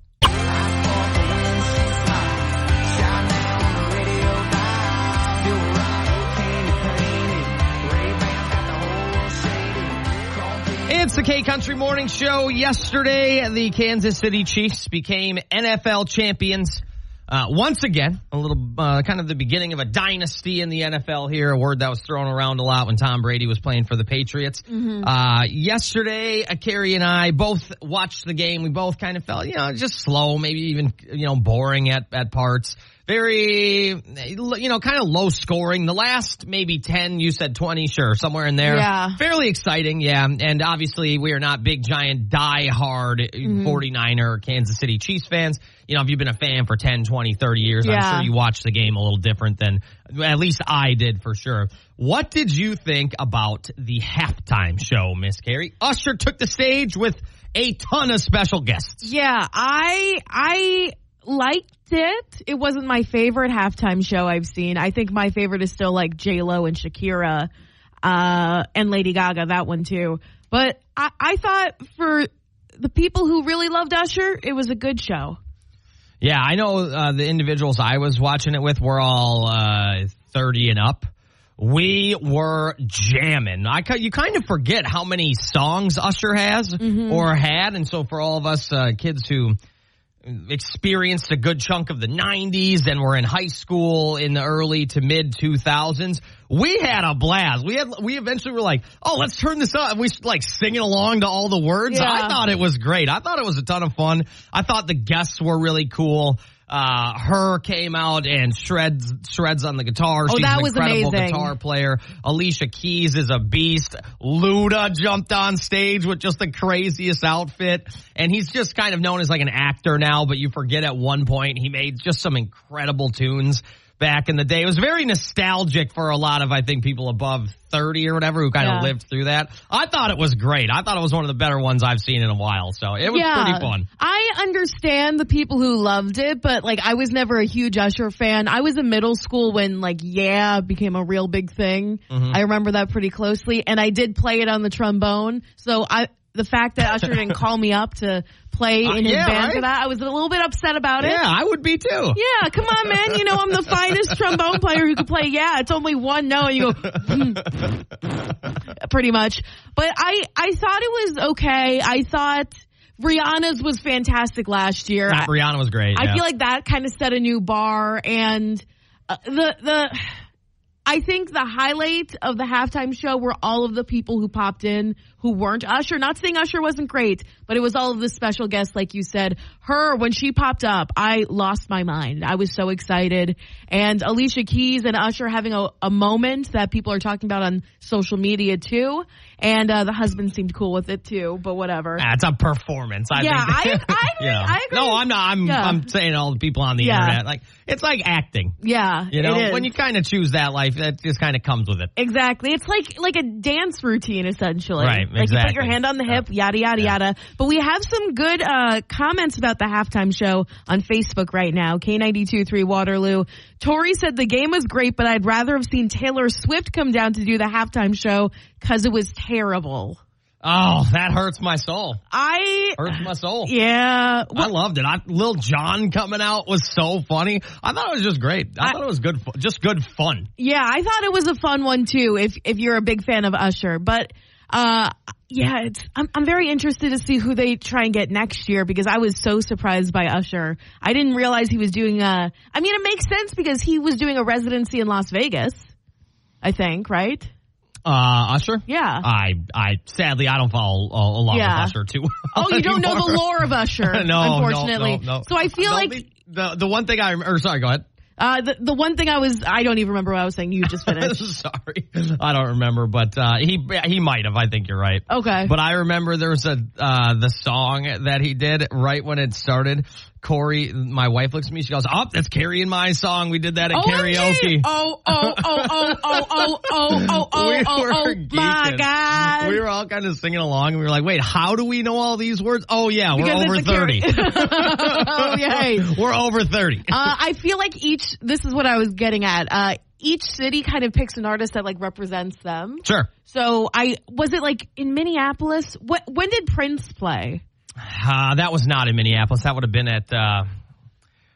Speaker 1: It's the K Country Morning Show. Yesterday, the Kansas City Chiefs became NFL champions. Uh, once again, a little uh, kind of the beginning of a dynasty in the NFL here, a word that was thrown around a lot when Tom Brady was playing for the Patriots. Uh, yesterday, uh, Carrie and I both watched the game. We both kind of felt, you know, just slow, maybe even, you know, boring at, at parts. Very, you know, kind of low scoring. The last maybe 10, you said 20, sure, somewhere in there.
Speaker 3: Yeah.
Speaker 1: Fairly exciting, yeah. And obviously, we are not big, giant, die-hard
Speaker 3: Mm-hmm.
Speaker 1: 49er Kansas City Chiefs fans. You know, if you've been a fan for 10, 20, 30 years,
Speaker 3: Yeah.
Speaker 1: I'm sure you watch the game a little different than at least I did for sure. What did you think about the halftime show, Miss Carey? Usher took the stage with a ton of special guests.
Speaker 3: Yeah, I I liked it. It wasn't my favorite halftime show I've seen. I think my favorite is still like J Lo and Shakira, uh, and Lady Gaga. That one too. But I, I thought for the people who really loved Usher, it was a good show.
Speaker 1: Yeah, I know uh, the individuals I was watching it with were all uh, 30 and up. We were jamming. I ki- you kind of forget how many songs Usher has or had, and so for all of us uh, kids who experienced a good chunk of the 90s and were in high school in the early to mid 2000s we had a blast we had we eventually were like oh let's turn this up and we like singing along to all the words i
Speaker 3: Yeah.
Speaker 1: thought it was great i thought it was a ton of fun i thought the guests were really cool uh, her came out and shreds shreds on the guitar. She's
Speaker 3: Oh, that
Speaker 1: an
Speaker 3: was
Speaker 1: incredible
Speaker 3: amazing.
Speaker 1: guitar player. Alicia Keys is a beast. Luda jumped on stage with just the craziest outfit. And he's just kind of known as like an actor now, but you forget at one point he made just some incredible tunes back in the day. It was very nostalgic for a lot of, I think, people above 30 or whatever who kind
Speaker 3: Yeah.
Speaker 1: of lived through that. I thought it was great. I thought it was one of the better ones I've seen in a while. So it was pretty fun.
Speaker 3: I understand the people who loved it, but like I was never a huge Usher fan. I was in middle school when like Yeah became a real big thing.
Speaker 1: Mm-hmm.
Speaker 3: I remember that pretty closely, and I did play it on the trombone. So I the fact that Usher didn't call me up to play
Speaker 1: Uh,
Speaker 3: in his
Speaker 1: yeah,
Speaker 3: band
Speaker 1: right?
Speaker 3: for that, I was a little bit upset about it.
Speaker 1: Yeah, I would be too.
Speaker 3: Yeah, come on, man. You know I'm the finest trombone player who can play. Yeah, it's only one no, and you go hmm. pretty much. But I I thought it was okay. I thought Rihanna's was fantastic last year. I,
Speaker 1: Brianna was great.
Speaker 3: I
Speaker 1: yeah.
Speaker 3: feel like that kind of set a new bar, and uh, the the. I think the highlight of the halftime show were all of the people who popped in who weren't Usher. Not saying Usher wasn't great, but it was all of the special guests, like you said. Her, when she popped up, I lost my mind. I was so excited. And Alicia Keys and Usher having a, a moment that people are talking about on social media too. And uh, the husband seemed cool with it too, but whatever.
Speaker 1: That's a performance. I
Speaker 3: Yeah,
Speaker 1: think.
Speaker 3: I- I agree, I agree.
Speaker 1: No, I'm not. I'm
Speaker 3: Yeah.
Speaker 1: I'm saying all the people on the
Speaker 3: Yeah.
Speaker 1: internet. Like it's like acting.
Speaker 3: Yeah.
Speaker 1: You know,
Speaker 3: it is.
Speaker 1: when you kind of choose that life, that just kind of comes with it.
Speaker 3: Exactly. It's like like a dance routine essentially.
Speaker 1: Right,
Speaker 3: Like you put
Speaker 1: exactly.
Speaker 3: your hand on the hip, yada yada yada. But we have some good uh comments about the halftime show on Facebook right now. K ninety two three Waterloo. Tori said the game was great, but I'd rather have seen Taylor Swift come down to do the halftime show because it was terrible.
Speaker 1: Oh, that hurts my soul.
Speaker 3: I
Speaker 1: Hurts my soul.
Speaker 3: yeah.
Speaker 1: I loved it. I, Lil John coming out was so funny. I thought it was just great. I,
Speaker 3: I-
Speaker 1: thought it was good, fu- just good fun.
Speaker 3: Yeah, I thought it was a fun one too. If if you're a big fan of Usher, but uh, yeah, it's I'm I'm very interested to see who they try and get next year because I was so surprised by Usher. I didn't realize he was doing a. I mean, it makes sense because he was doing a residency in Las Vegas. I think right.
Speaker 1: Uh, Usher.
Speaker 3: Yeah.
Speaker 1: I, I sadly I don't follow uh, along
Speaker 3: Yeah.
Speaker 1: with Usher too.
Speaker 3: oh, you don't know the lore of Usher,
Speaker 1: no, no,
Speaker 3: unfortunately.
Speaker 1: no, no.
Speaker 3: So I feel
Speaker 1: The
Speaker 3: like
Speaker 1: only- the the one thing I rem- or sorry, go ahead.
Speaker 3: uh, the the one thing I was I don't even remember what I was saying. You just finished.
Speaker 1: Sorry, I don't remember, but uh, he he might have. I think you're right.
Speaker 3: Okay.
Speaker 1: But I remember there was a uh, the song that he did right when it started. Corey, my wife looks at me. She goes, "Oh, that's Carrie and my song. We did that at karaoke."
Speaker 3: Oh, oh, oh, oh, oh, oh, oh, oh, oh,
Speaker 1: We
Speaker 3: oh,
Speaker 1: were
Speaker 3: oh, my
Speaker 1: geeking.
Speaker 3: God.
Speaker 1: We were all kind of singing along, and we were like, "Wait, how do we know all these words?" Oh yeah, we're
Speaker 3: Because
Speaker 1: over
Speaker 3: it's a Carrie-
Speaker 1: thirty.
Speaker 3: oh, yay. Uh,
Speaker 1: we're over thirty.
Speaker 3: I feel like each, this is what I was getting at. Uh, each city kind of picks an artist that like represents them.
Speaker 1: Sure.
Speaker 3: So I, was it like in Minneapolis? What, when did Prince play?
Speaker 1: Uh, that was not in Minneapolis. That would have been at. Uh,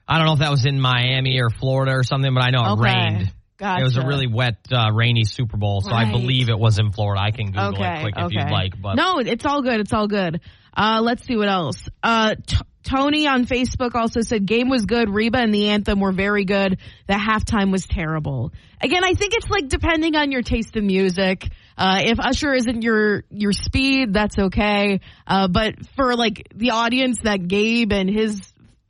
Speaker 1: I don't know if that was in Miami or Florida or something, but I know it
Speaker 3: Okay.
Speaker 1: rained. It was a
Speaker 3: Gotcha.
Speaker 1: really wet, uh, rainy Super Bowl, so I
Speaker 3: Right.
Speaker 1: believe it was in Florida. I can Google it quick if you'd like, but
Speaker 3: no, it's all good. It's all good. Uh, let's see what else. Uh, T- Tony on Facebook also said game was good. Reba and the anthem were very good. The halftime was terrible. Again, I think it's like depending on your taste in music. Uh, if Usher isn't your your speed, that's okay. Uh, but for like the audience that Gabe and his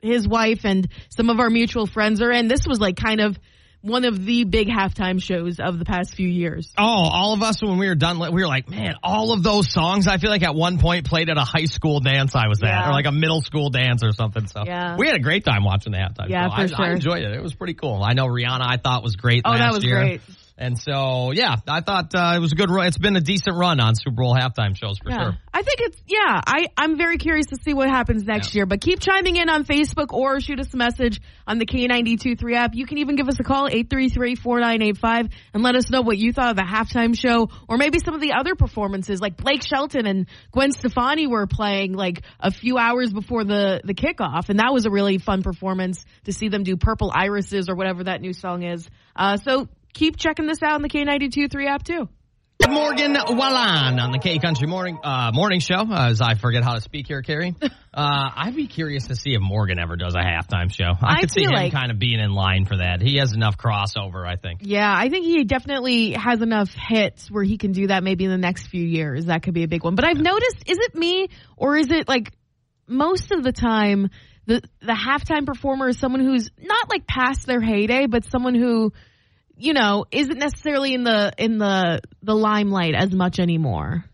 Speaker 3: his wife and some of our mutual friends are in, this was like kind of one of the big halftime shows of the past few years.
Speaker 1: oh, all of us when we were done, we were like, man, all of those songs. I feel like at one point played at a high school dance I was at,
Speaker 3: Yeah.
Speaker 1: or like a middle school dance or something. So
Speaker 3: Yeah.
Speaker 1: we had a great time watching the halftime.
Speaker 3: Yeah,
Speaker 1: show.
Speaker 3: for
Speaker 1: I, I
Speaker 3: sure.
Speaker 1: enjoyed it. It was pretty cool. I know Rihanna, I thought was great.
Speaker 3: Oh,
Speaker 1: last
Speaker 3: that was
Speaker 1: year.
Speaker 3: great.
Speaker 1: And so, yeah, I thought uh, it was a good. Run. It's been a decent run on Super Bowl halftime shows for
Speaker 3: Yeah.
Speaker 1: sure.
Speaker 3: I think it's yeah. I I'm very curious to see what happens next year. But keep chiming in on Facebook or shoot us a message on the K923 app. You can even give us a call 833-4985 and let us know what you thought of the halftime show or maybe some of the other performances like Blake Shelton and Gwen Stefani were playing like a few hours before the the kickoff and that was a really fun performance to see them do Purple Irises or whatever that new song is. Uh so keep checking this out on the K923 app too.
Speaker 1: Morgan Wallan on the K Country Morning uh, Morning Show. Uh, as I forget how to speak here, Carrie, uh, I'd be curious to see if Morgan ever does a halftime show. I,
Speaker 3: I
Speaker 1: could see
Speaker 3: feel
Speaker 1: him
Speaker 3: like-
Speaker 1: kind of being in line for that. He has enough crossover, I think.
Speaker 3: Yeah, I think he definitely has enough hits where he can do that maybe in the next few years. That could be a big one. But I've noticed is it me or is it like most of the time the the halftime performer is someone who's not like past their heyday, but someone who you know isn't necessarily in the in the the limelight as much anymore.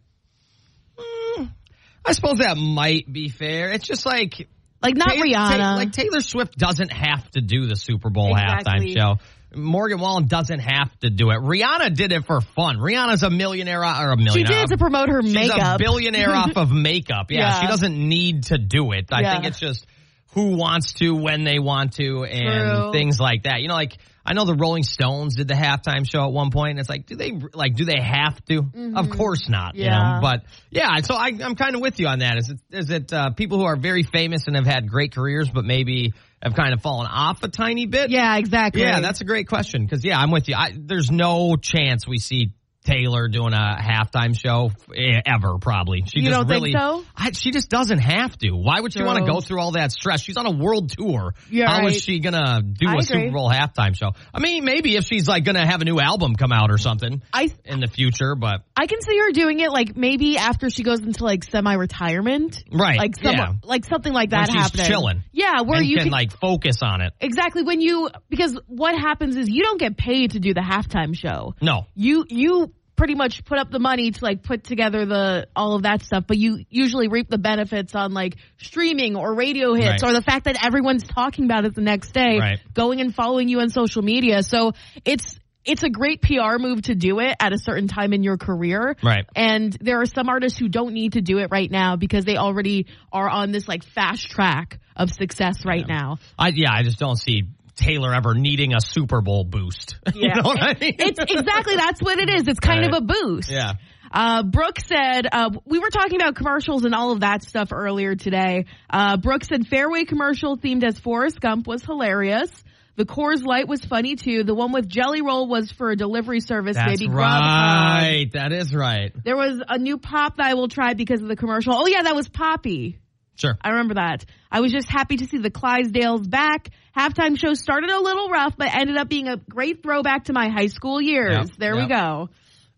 Speaker 1: I suppose that might be fair. It's just like
Speaker 3: Like not
Speaker 1: Taylor-
Speaker 3: Rihanna.
Speaker 1: Ta- like Taylor Swift doesn't have to do the Super Bowl
Speaker 3: Exactly.
Speaker 1: halftime show. Morgan Wallen doesn't have to do it. Rihanna did it for fun. Rihanna's a millionaire uh, or a
Speaker 3: she
Speaker 1: millionaire.
Speaker 3: did it to promote her
Speaker 1: She's
Speaker 3: makeup.
Speaker 1: a billionaire off of makeup. Yeah,
Speaker 3: Yeah.
Speaker 1: she doesn't need to do it. I
Speaker 3: Yeah.
Speaker 1: think it's just who wants to, when they want to, and
Speaker 3: True.
Speaker 1: things like that. You know, like I know the Rolling Stones did the halftime show at one point. And it's like, do they like do they have to? Of course not. You know,
Speaker 3: Mm-hmm. Yeah.
Speaker 1: but yeah. So I, I'm kind of with you on that. Is it is it uh, people who are very famous and have had great careers, but maybe have kind of fallen off a tiny bit?
Speaker 3: yeah, exactly.
Speaker 1: Yeah, that's a great question because yeah, I'm with you. I, there's no chance we see Taylor doing a halftime show eh, ever. Probably she
Speaker 3: You
Speaker 1: just
Speaker 3: don't think
Speaker 1: really
Speaker 3: so?
Speaker 1: I, she just doesn't have to. Why would she want to
Speaker 3: True.
Speaker 1: go through all that stress? She's on a world tour.
Speaker 3: You're
Speaker 1: How is
Speaker 3: right.
Speaker 1: she gonna do a
Speaker 3: I agree.
Speaker 1: Super Bowl halftime show? I mean, maybe if she's like gonna have a new album come out or something
Speaker 3: I
Speaker 1: in the future, but
Speaker 3: I can see her doing it like maybe after she goes into like semi-retirement.
Speaker 1: right,
Speaker 3: like some,
Speaker 1: yeah,
Speaker 3: like something like that
Speaker 1: When she's
Speaker 3: happening.
Speaker 1: chilling.
Speaker 3: Yeah, where
Speaker 1: and
Speaker 3: you
Speaker 1: can,
Speaker 3: can,
Speaker 1: like focus on it.
Speaker 3: exactly when you because what happens is you don't get paid to do the halftime show.
Speaker 1: No,
Speaker 3: You you pretty much put up the money to like put together the all of that stuff, but you usually reap the benefits on like streaming or radio hits
Speaker 1: Right.
Speaker 3: or the fact that everyone's talking about it the next day,
Speaker 1: Right.
Speaker 3: going and following you on social media. So it's it's a great PR move to do it at a certain time in your career.
Speaker 1: Right.
Speaker 3: And there are some artists who don't need to do it right now because they already are on this like fast track of success right now.
Speaker 1: I yeah, I just don't see Taylor ever needing a Super Bowl boost. you
Speaker 3: Yeah.
Speaker 1: know what I mean?
Speaker 3: It's exactly that's what it is. It's kind
Speaker 1: Right.
Speaker 3: of a boost.
Speaker 1: yeah.
Speaker 3: Uh, Brooke said, uh, we were talking about commercials and all of that stuff earlier today. Uh, Brooke said Fairway commercial themed as Forrest Gump was hilarious. The Coors Light was funny too. The one with Jelly Roll was for a delivery service,
Speaker 1: That's
Speaker 3: maybe Grubhub.
Speaker 1: right. That is right.
Speaker 3: There was a new pop that I will try because of the commercial. Oh yeah, that was Poppy.
Speaker 1: Sure.
Speaker 3: I remember that. I was just happy to see the Clydesdales back. Halftime show started a little rough, but ended up being a great throwback to my high school years.
Speaker 1: Yep,
Speaker 3: There we
Speaker 1: yep.
Speaker 3: go.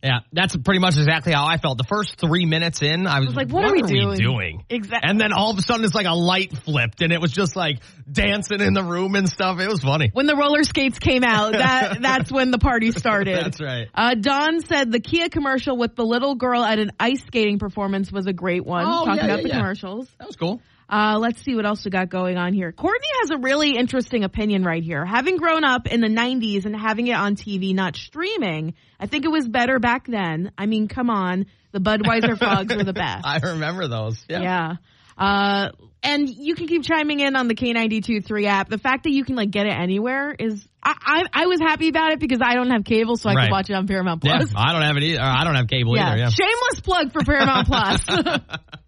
Speaker 1: Yeah, that's pretty much exactly how I felt. The first three minutes in, I was,
Speaker 3: like, what are we doing? Exact-
Speaker 1: And then all of a sudden, it's like a light flipped, and it was just like dancing in the room and stuff. It was funny.
Speaker 3: When the roller skates came out, that that's when the party started.
Speaker 1: That's right.
Speaker 3: Uh, Don said the Kia commercial with the little girl at an ice skating performance was a great one.
Speaker 1: Oh,
Speaker 3: Talking
Speaker 1: yeah,
Speaker 3: about
Speaker 1: yeah,
Speaker 3: the
Speaker 1: yeah.
Speaker 3: commercials.
Speaker 1: That was cool.
Speaker 3: Uh, let's see what else we got going on here. Courtney has a really interesting opinion right here. Having grown up in the 90s and having it on TV, not streaming, I think it was better back then. I mean, come on. The Budweiser frogs were the best.
Speaker 1: I remember those. Yeah.
Speaker 3: Yeah. Uh, and you can keep chiming in on the K92 3 app. The fact that you can like get it anywhere is, I, I, I was happy about it because I don't have cable, so I
Speaker 1: Right.
Speaker 3: can watch it on Paramount
Speaker 1: Yeah,
Speaker 3: Plus.
Speaker 1: I don't have it either. I don't have cable either. Yeah.
Speaker 3: Shameless plug for Paramount Plus.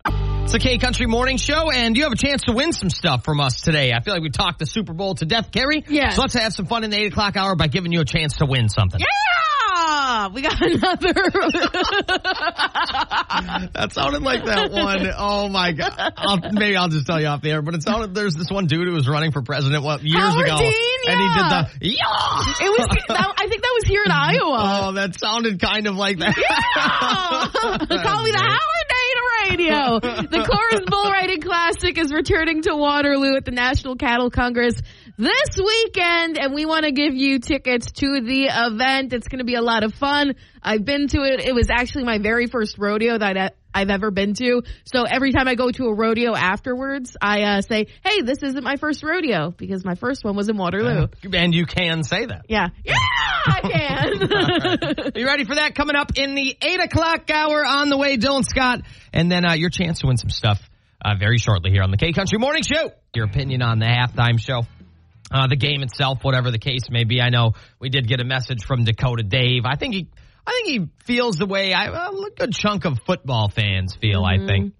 Speaker 1: It's the K Country Morning Show, and you have a chance to win some stuff from us today. I feel like we talked the Super Bowl to death, Carrie.
Speaker 3: Yes.
Speaker 1: So let's have some fun in the eight o'clock hour by giving you a chance to win something.
Speaker 3: yeah! We got another.
Speaker 1: That sounded like that one. Oh my god! I'll, maybe I'll just tell you off the air. But it sounded there's this one dude who was running for president what years
Speaker 3: Howard
Speaker 1: ago,
Speaker 3: Dean,
Speaker 1: and he
Speaker 3: yeah.
Speaker 1: did the yeah.
Speaker 3: It was. That, I think that was here in Iowa.
Speaker 1: Oh, that sounded kind of like that.
Speaker 3: Call me the Howard Dane of Radio. The Chorus Bull Riding Classic is returning to Waterloo at the National Cattle Congress this weekend, and we want to give you tickets to the event. It's going to be a lot of fun. I've been to it. It was actually my very first rodeo that I, I've ever been to. So every time I go to a rodeo afterwards, I uh, say, "Hey, this isn't my first rodeo because my first one was in
Speaker 1: Uh-huh.
Speaker 3: Waterloo."
Speaker 1: And you can say that.
Speaker 3: Yeah, yeah, I can.
Speaker 1: Are you ready for that? Coming up in the eight o'clock hour on the way, Dylan Scott, and then uh, your chance to win some stuff uh, very shortly here on the K Country Morning Show. Your opinion on the halftime show, uh, the game itself, whatever the case may be. I know we did get a message from Dakota Dave. I think he, I think he feels the way I, a good chunk of football fans feel. I think.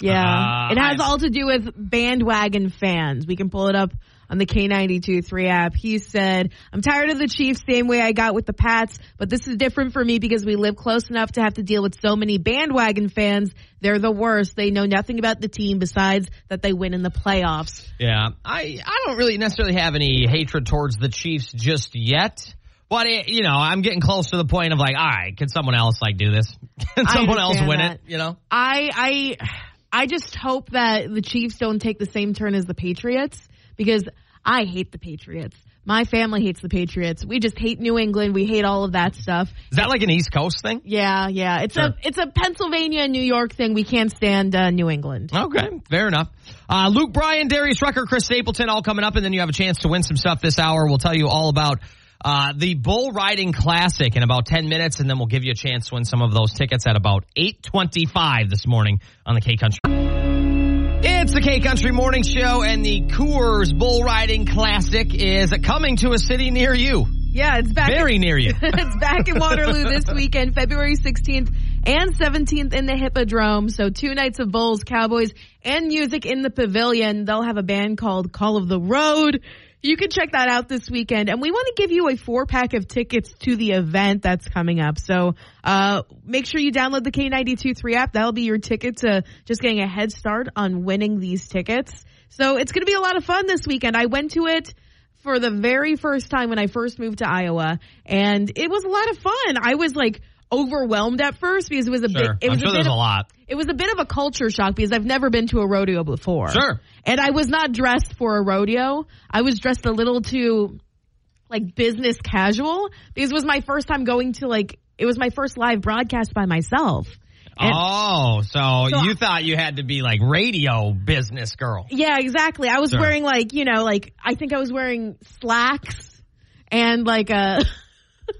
Speaker 3: Yeah.
Speaker 1: Uh,
Speaker 3: it has
Speaker 1: I-
Speaker 3: all to do with bandwagon fans. We can pull it up on the K92 3 app. He said, I'm tired of the Chiefs same way I got with the Pats, but this is different for me because we live close enough to have to deal with so many bandwagon fans. They're the worst. They know nothing about the team besides that they win in the playoffs.
Speaker 1: Yeah, I I don't really necessarily have any hatred towards the Chiefs just yet. But it, you know, I'm getting close to the point of like, all right, can someone else like do this? Can
Speaker 3: I
Speaker 1: someone else
Speaker 3: understand
Speaker 1: win
Speaker 3: that.
Speaker 1: it? You know,
Speaker 3: I I I just hope that the Chiefs don't take the same turn as the Patriots because I hate the Patriots. My family hates the Patriots. We just hate New England. We hate all of that stuff.
Speaker 1: is that like an East Coast thing?
Speaker 3: Yeah, yeah. It's a it's a Pennsylvania and New York thing. We can't stand uh, New England.
Speaker 1: Okay, fair enough. Uh, Luke Bryan, Darius Rucker, Chris Stapleton, all coming up, and then you have a chance to win some stuff this hour. We'll tell you all about uh, the Bull Riding Classic in about ten minutes, and then we'll give you a chance to win some of those tickets at about eight twenty-five this morning on the K Country. It's the K Country Morning Show, and the Coors Bull Riding Classic is coming to a city near you,
Speaker 3: Yeah, it's back.
Speaker 1: very near you.
Speaker 3: it's back in Waterloo this weekend, February 16th and 17th in the Hippodrome. So two nights of Bulls, Cowboys, and music in the pavilion. They'll have a band called Call of the Road. You can check that out this weekend. And we want to give you a four pack of tickets to the event that's coming up. So, uh, make sure you download the K92 3 app. That'll be your ticket to just getting a head start on winning these tickets. So it's going to be a lot of fun this weekend. I went to it for the very first time when I first moved to Iowa, and it was a lot of fun. I was like overwhelmed at first because it was a
Speaker 1: Sure,
Speaker 3: big. It
Speaker 1: I'm
Speaker 3: was
Speaker 1: sure
Speaker 3: a bit
Speaker 1: there's
Speaker 3: of,
Speaker 1: a lot.
Speaker 3: It was a bit of a culture shock because I've never been to a rodeo before.
Speaker 1: Sure.
Speaker 3: and I was not dressed for a rodeo. I was dressed a little too like business casual because it was my first time going to like it was my first live broadcast by myself. And-
Speaker 1: oh, so, you thought you had to be like radio business girl?
Speaker 3: Yeah, exactly. I was
Speaker 1: Sure.
Speaker 3: wearing like, you know, like I think I was wearing slacks and like a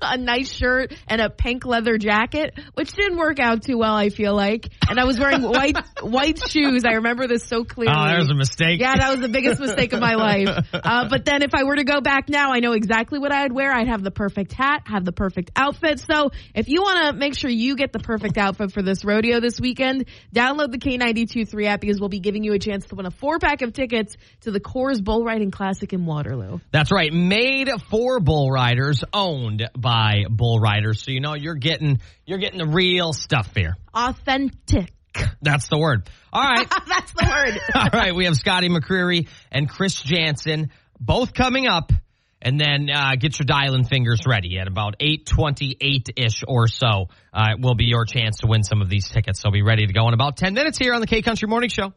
Speaker 3: a nice shirt and a pink leather jacket, which didn't work out too well, I feel like. And I was wearing white white shoes. I remember this so clearly.
Speaker 1: Oh, there's a mistake.
Speaker 3: yeah, that was the biggest mistake of my life. Uh, but then if I were to go back now, I know exactly what I'd wear. I'd have the perfect hat, have the perfect outfit. So if you want to make sure you get the perfect outfit for this rodeo this weekend, download the K92 3 app because we'll be giving you a chance to win a four pack of tickets to the Coors Bull Riding Classic in Waterloo.
Speaker 1: That's right. Made for bull riders, owned by bull riders. So you know you're getting you're getting the real stuff here.
Speaker 3: Authentic.
Speaker 1: That's the word. All right.
Speaker 3: That's the word.
Speaker 1: All right. We have Scotty McCreery and Chris Jansen both coming up. And then uh, get your dialing fingers ready at about 828 ish or so. Uh, it will be your chance to win some of these tickets. So be ready to go in about 10 minutes here on the K Country Morning Show.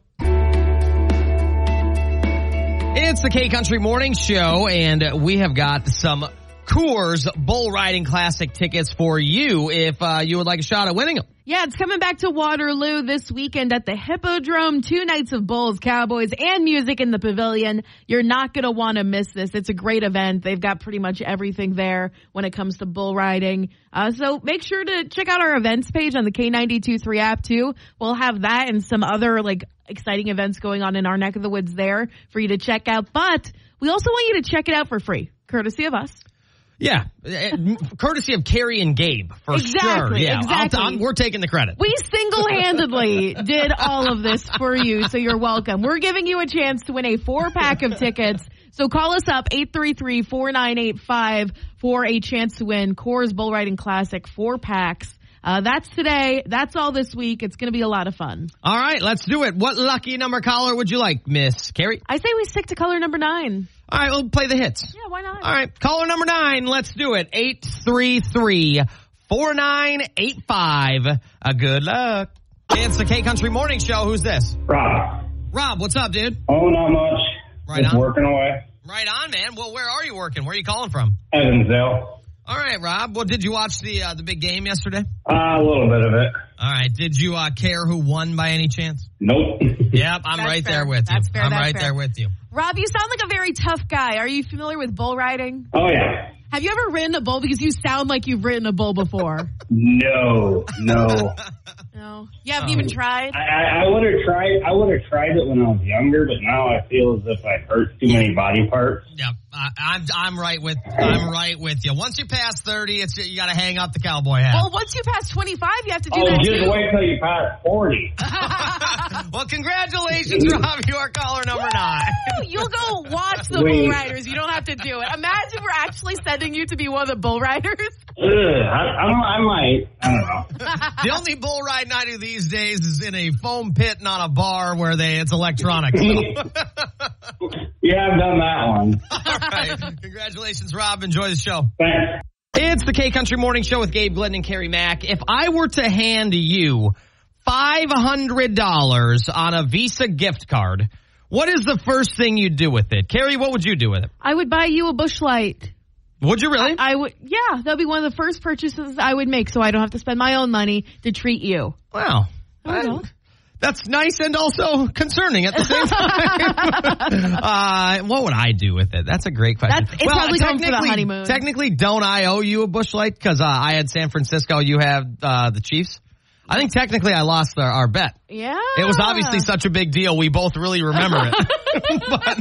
Speaker 1: It's the K Country Morning Show, and we have got some Coors Bull Riding Classic tickets for you if uh, you would like a shot at winning them.
Speaker 3: Yeah, it's coming back to Waterloo this weekend at the Hippodrome. Two nights of Bulls, Cowboys, and music in the pavilion. You're not going to want to miss this. It's a great event. They've got pretty much everything there when it comes to bull riding. Uh, so make sure to check out our events page on the K92 3 app too. We'll have that and some other like exciting events going on in our neck of the woods there for you to check out. But we also want you to check it out for free, courtesy of us.
Speaker 1: Yeah, Eh, courtesy of Carrie and Gabe for sure.
Speaker 3: Exactly,
Speaker 1: Yeah, I'll-
Speaker 3: exactly.
Speaker 1: I'm- we're taking the credit.
Speaker 3: We single handedly did all of this for you, so you're welcome. We're giving you a chance to win a four pack of tickets. So call us up 833 4985 for a chance to win Coors Bull Riding Classic four packs. Uh, that's today. That's all this week. It's going to be a lot of fun.
Speaker 1: All right, let's do it. What lucky number caller would you like, Miss Carrie?
Speaker 3: I say we stick to color number nine.
Speaker 1: All right, we'll play the hits.
Speaker 3: Yeah, why not?
Speaker 1: All right, caller number nine. Let's do it. Eight three three four nine eight five. A good luck. It's the K Country Morning Show. Who's this?
Speaker 4: Rob.
Speaker 1: Rob, what's up, dude?
Speaker 4: Oh, not much.
Speaker 1: Right
Speaker 4: Just
Speaker 1: on.
Speaker 4: working away.
Speaker 1: Right on, man. Well, where are you working? Where are you calling from?
Speaker 4: Evansville.
Speaker 1: All right, Rob. Well, did you watch the uh, the big game yesterday?
Speaker 4: Uh, a little bit of it.
Speaker 1: All right. Did you uh, care who won by any chance?
Speaker 4: Nope.
Speaker 1: Yep, I'm
Speaker 5: That's
Speaker 1: right
Speaker 5: fair.
Speaker 1: there with
Speaker 5: That's
Speaker 1: you.
Speaker 5: fair.
Speaker 1: I'm
Speaker 5: That's
Speaker 1: right
Speaker 5: fair.
Speaker 1: there with you.
Speaker 5: Rob, you sound like a very tough guy. Are you familiar with bull riding?
Speaker 4: Oh yeah.
Speaker 3: Have you ever ridden a bull? Because you sound like you've ridden a bull before.
Speaker 4: No, no.
Speaker 5: No. You haven't even tried?
Speaker 4: Um, I, I, I would have tried. I would have tried it when I was younger, but now I feel as if I hurt too many body parts.
Speaker 1: Yep, I, I'm I'm right with I'm right with you. Once you pass thirty, it's you got to hang up the cowboy hat.
Speaker 5: Well, once you pass 25, you have to do
Speaker 4: Oh,
Speaker 5: that
Speaker 4: just
Speaker 5: too.
Speaker 4: wait till you pass forty.
Speaker 1: well, congratulations, Rob. You are caller number nine.
Speaker 5: No, You'll go watch the
Speaker 4: Wait.
Speaker 5: bull riders. You don't have to do it. Imagine we're actually sending you to be one of the bull riders.
Speaker 4: Ugh, I, I don't. I might. I don't know.
Speaker 1: The only bull riding I do these days is in a foam pit, not a bar where they it's electronic.
Speaker 4: Yeah, I've done that one.
Speaker 1: All right. Congratulations, Rob. Enjoy the show.
Speaker 4: Thanks.
Speaker 1: It's the K Country Morning Show with Gabe Glenn and Carrie Mack. If I were to hand you $500 on a Visa gift card, what is the first thing you'd do with it? Carrie, what would you do with it?
Speaker 3: I would buy you a bush light.
Speaker 1: Would you really?
Speaker 3: I would, yeah, that'd be one of the first purchases I would make, so I don't have to spend my own money to treat you.
Speaker 1: wow.
Speaker 3: I don't.
Speaker 1: I- that's nice and also concerning at the same time. uh, what would I do with it? That's a great question.
Speaker 3: That's- it's probably going for the
Speaker 1: technically-
Speaker 3: honeymoon.
Speaker 1: Technically, don't I owe you a bushlight? Because uh, I had San Francisco, you had uh, the Chiefs. I think technically I lost our, our bet.
Speaker 3: Yeah,
Speaker 1: It was obviously such a big deal. We both really remember it. but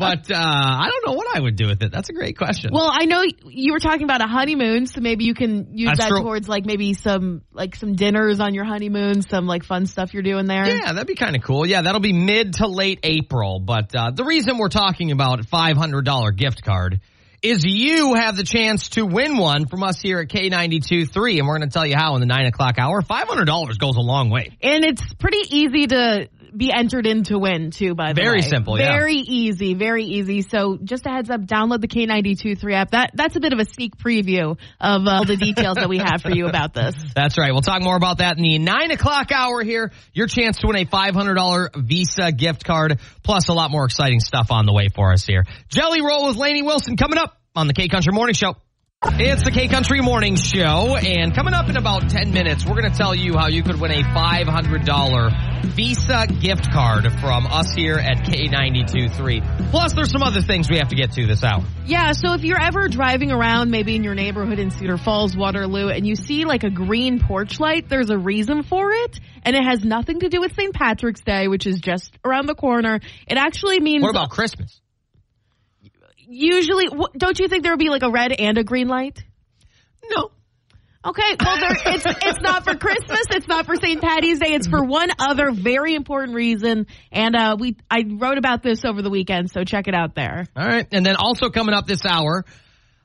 Speaker 1: but uh, I don't know what I would do with it. That's a great question.
Speaker 3: Well, I know you were talking about a honeymoon, so maybe you can use
Speaker 1: That's
Speaker 3: that
Speaker 1: true.
Speaker 3: towards like maybe some like some dinners on your honeymoon, some like fun stuff you're doing there.
Speaker 1: yeah, that'd be kind of cool. Yeah, that'll be mid to late April. But uh, the reason we're talking about $500 gift card is you have the chance to win one from us here at K92.3. And we're going to tell you how in the 9 o'clock hour. $500 goes a long way.
Speaker 3: And it's pretty easy to be entered in to win too, by the
Speaker 1: Very
Speaker 3: way.
Speaker 1: simple, yeah.
Speaker 3: Very easy, very easy. So just a heads up, download the K92 3 app. That that's a bit of a sneak preview of uh, all the details that we have for you about this.
Speaker 1: That's right. We'll talk more about that in the nine o'clock hour here. Your chance to win a $500 Visa gift card, plus a lot more exciting stuff on the way for us here. Jelly Roll with Laney Wilson coming up on the K Country Morning Show. It's the K Country Morning Show, and coming up in about 10 minutes, we're going to tell you how you could win a $500 Visa gift card from us here at K92.3. Plus, there's some other things we have to get to this hour.
Speaker 3: Yeah, so if you're ever driving around, maybe in your neighborhood in Cedar Falls, Waterloo, and you see like a green porch light, there's a reason for it, and it has nothing to do with St. Patrick's Day, which is just around the corner. It actually means
Speaker 1: What about Christmas?
Speaker 3: usually. wh- Don't you think there would be like a red and a green light?
Speaker 1: No.
Speaker 3: Okay, well, there, it's it's not for Christmas, it's not for St. Patty's Day, it's for one other very important reason, and uh, we I wrote about this over the weekend, so check it out there.
Speaker 1: All right. And then also coming up this hour,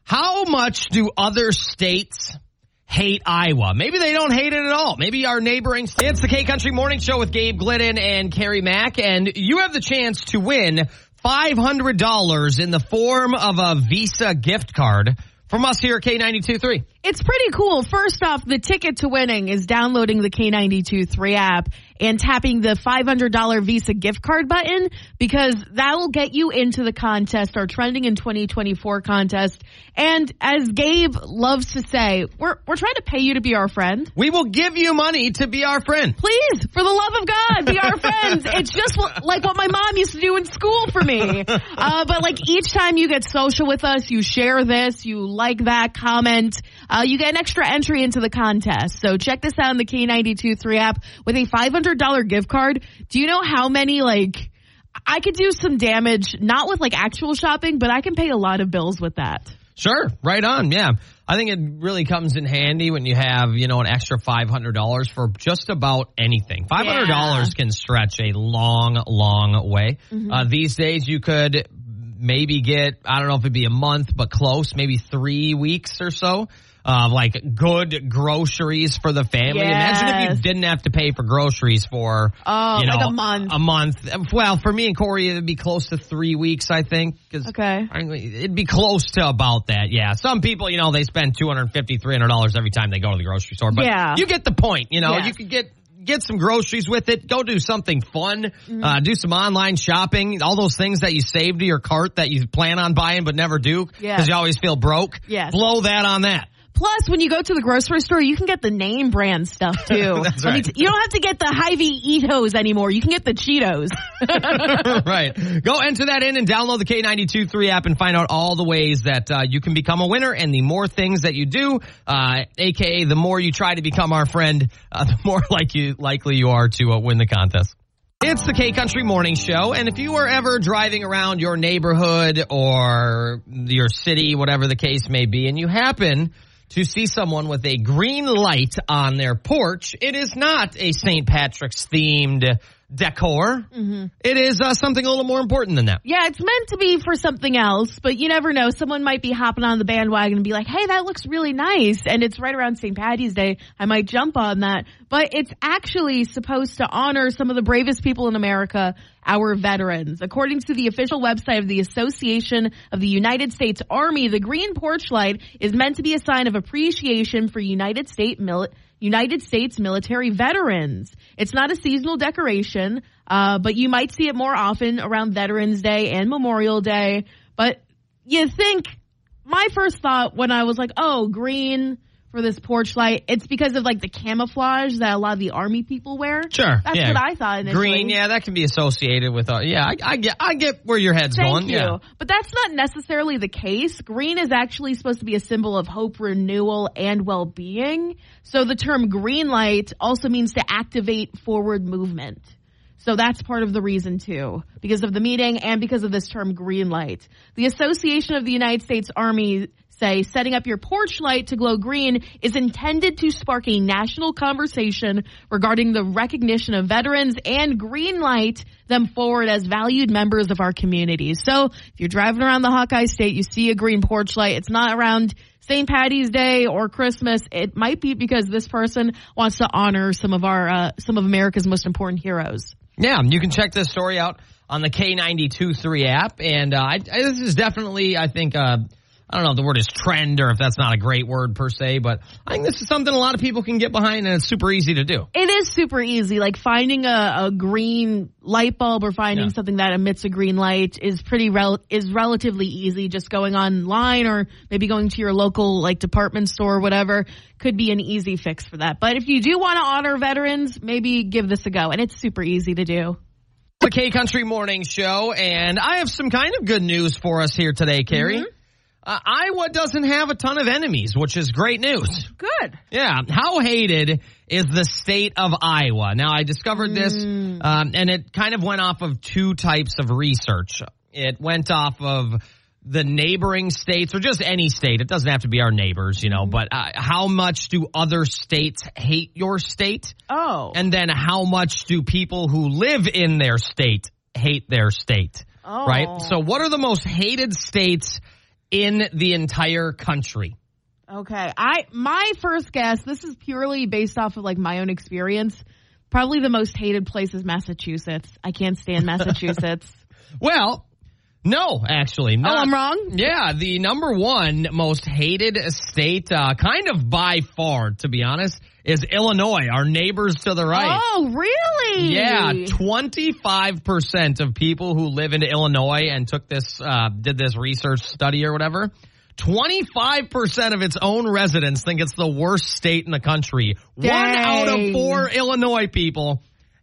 Speaker 1: how much do other states hate Iowa? Maybe they don't hate it at all. Maybe our neighboring states. It's the K Country Morning Show with Gabe Glidden and Carrie Mack. And you have the chance to win $500 in the form of a Visa gift card from us here at K92.3.
Speaker 3: It's pretty cool. First off, the ticket to winning is downloading the K92 3 app and tapping the $500 Visa gift card button because that will get you into the contest, our trending in 2024 contest. And as Gabe loves to say, we're, we're trying to pay you to be our friend.
Speaker 1: We will give you money to be our friend.
Speaker 3: Please, for the love of God, be our friends. It's just l- like what my mom used to do in school for me. Uh, but like each time you get social with us, you share this, you like that, comment, uh, you get an extra entry into the contest. So check this out in the K92 3 app with a $500 gift card. Do you know how many like, I could do some damage, not with like actual shopping, but I can pay a lot of bills with that.
Speaker 1: Sure, right on. Yeah. I think it really comes in handy when you have, you know, an extra $500 for just about anything. $500 can stretch a long, long way.
Speaker 3: Mm-hmm.
Speaker 1: Uh, these days you could maybe get, I don't know if it'd be a month, but close, maybe three weeks or so. Of like good groceries for the family. Imagine if
Speaker 3: Yes.
Speaker 1: you didn't have to pay for groceries for
Speaker 3: Oh,
Speaker 1: you know,
Speaker 3: like a month.
Speaker 1: A month. Well, for me and Corey, it'd be close to three weeks, I think. 'cause
Speaker 3: Okay.
Speaker 1: I mean, It'd be close to about that, yeah. Some people, you know, they spend $250, $300 every time they go to the grocery store, but
Speaker 3: Yeah.
Speaker 1: you get the point, you know,
Speaker 3: Yes.
Speaker 1: you could get, Get some groceries with it. Go do something fun.
Speaker 3: Mm-hmm.
Speaker 1: Uh, do some online shopping. All those things that you save to your cart that you plan on buying but never do because
Speaker 3: Yeah.
Speaker 1: you always feel broke.
Speaker 3: Yes.
Speaker 1: Blow that on that.
Speaker 3: Plus, when you go to the grocery store, you can get the name brand stuff too.
Speaker 1: That's
Speaker 3: Let me
Speaker 1: right.
Speaker 3: t- you don't have to get the Hy-Vee Eatos anymore. You can get the Cheetos.
Speaker 1: right. Go enter that in and download the K92 3 app and find out all the ways that uh, you can become a winner. And the more things that you do, uh, aka the more you try to become our friend, uh, the more like you, likely you are to uh, win the contest. It's the K Country Morning Show, and if you are ever driving around your neighborhood or your city, whatever the case may be, and you happen to see someone with a green light on their porch, it is not a St. Patrick's themed decor.
Speaker 3: Mm-hmm.
Speaker 1: It is uh, something a little more important than that.
Speaker 3: yeah, it's meant to be for something else, but you never know. Someone might be hopping on the bandwagon and be like, "Hey, that looks really nice," and it's right around St. Patty's Day. I might jump on that, but it's actually supposed to honor some of the bravest people in America, our veterans. According to the official website of the Association of the United States Army, the green porch light is meant to be a sign of appreciation for United States mil- United States military veterans. It's not a seasonal decoration, uh, but you might see it more often around Veterans Day and Memorial Day. But you think my first thought when I was like, oh, green for this porch light, it's because of like the camouflage that a lot of the army people wear.
Speaker 1: Sure,
Speaker 3: That's
Speaker 1: yeah.
Speaker 3: what I thought initially.
Speaker 1: Green, yeah, that can be associated with. Uh, yeah, I, I get, I get where your head's
Speaker 3: Thank
Speaker 1: going.
Speaker 3: you.
Speaker 1: Yeah,
Speaker 3: But that's not necessarily the case. Green is actually supposed to be a symbol of hope, renewal, and well being. So the term green light also means to activate forward movement. So that's part of the reason too, because of the meeting and because of this term green light. The Association of the United States Army say setting up your porch light to glow green is intended to spark a national conversation regarding the recognition of veterans and green light them forward as valued members of our community. So if you're driving around the Hawkeye State, you see a green porch light. It's not around St. Patty's Day or Christmas. It might be because this person wants to honor some of our, uh, some of America's most important heroes.
Speaker 1: Yeah, you can check this story out on the K92.3 app. And uh, I, I- this is definitely, I think, uh, I don't know if the word is trend or if that's not a great word per se, but I think this is something a lot of people can get behind and it's super easy to do.
Speaker 3: It is super easy. Like finding a, a green light bulb or finding
Speaker 1: Yeah.
Speaker 3: something that emits a green light is pretty rel- is relatively easy. Just going online or maybe going to your local like department store or whatever could be an easy fix for that. But if you do want to honor veterans, maybe give this a go. And it's super easy to do.
Speaker 1: The K Country Morning Show, and I have some kind of good news for us here today, Carrie. Uh, Iowa doesn't have a ton of enemies, which is great news.
Speaker 3: Good.
Speaker 1: Yeah. How hated is the state of Iowa? Now, I discovered this,
Speaker 3: Hmm.
Speaker 1: um, and it kind of went off of two types of research. It went off of the neighboring states or just any state. It doesn't have to be our neighbors, you know,
Speaker 3: Hmm.
Speaker 1: but uh, how much do other states hate your state?
Speaker 3: Oh.
Speaker 1: And then how much do people who live in their state hate their state?
Speaker 3: Oh.
Speaker 1: Right? So, what are the most hated states in the entire country?
Speaker 3: Okay. I my first guess, this is purely based off of like my own experience. Probably the most hated place is Massachusetts. I can't stand Massachusetts.
Speaker 1: Well, no, actually.
Speaker 3: oh,
Speaker 1: Not.
Speaker 3: I'm wrong.
Speaker 1: Yeah, the number one most hated state, uh, kind of by far, to be honest, is Illinois, our neighbors to the right.
Speaker 3: Oh, really?
Speaker 1: Yeah, 25% of people who live in Illinois and took this, uh, did this research study or whatever, 25% of its own residents think it's the worst state in the country. One
Speaker 3: Dang.
Speaker 1: out of four Illinois people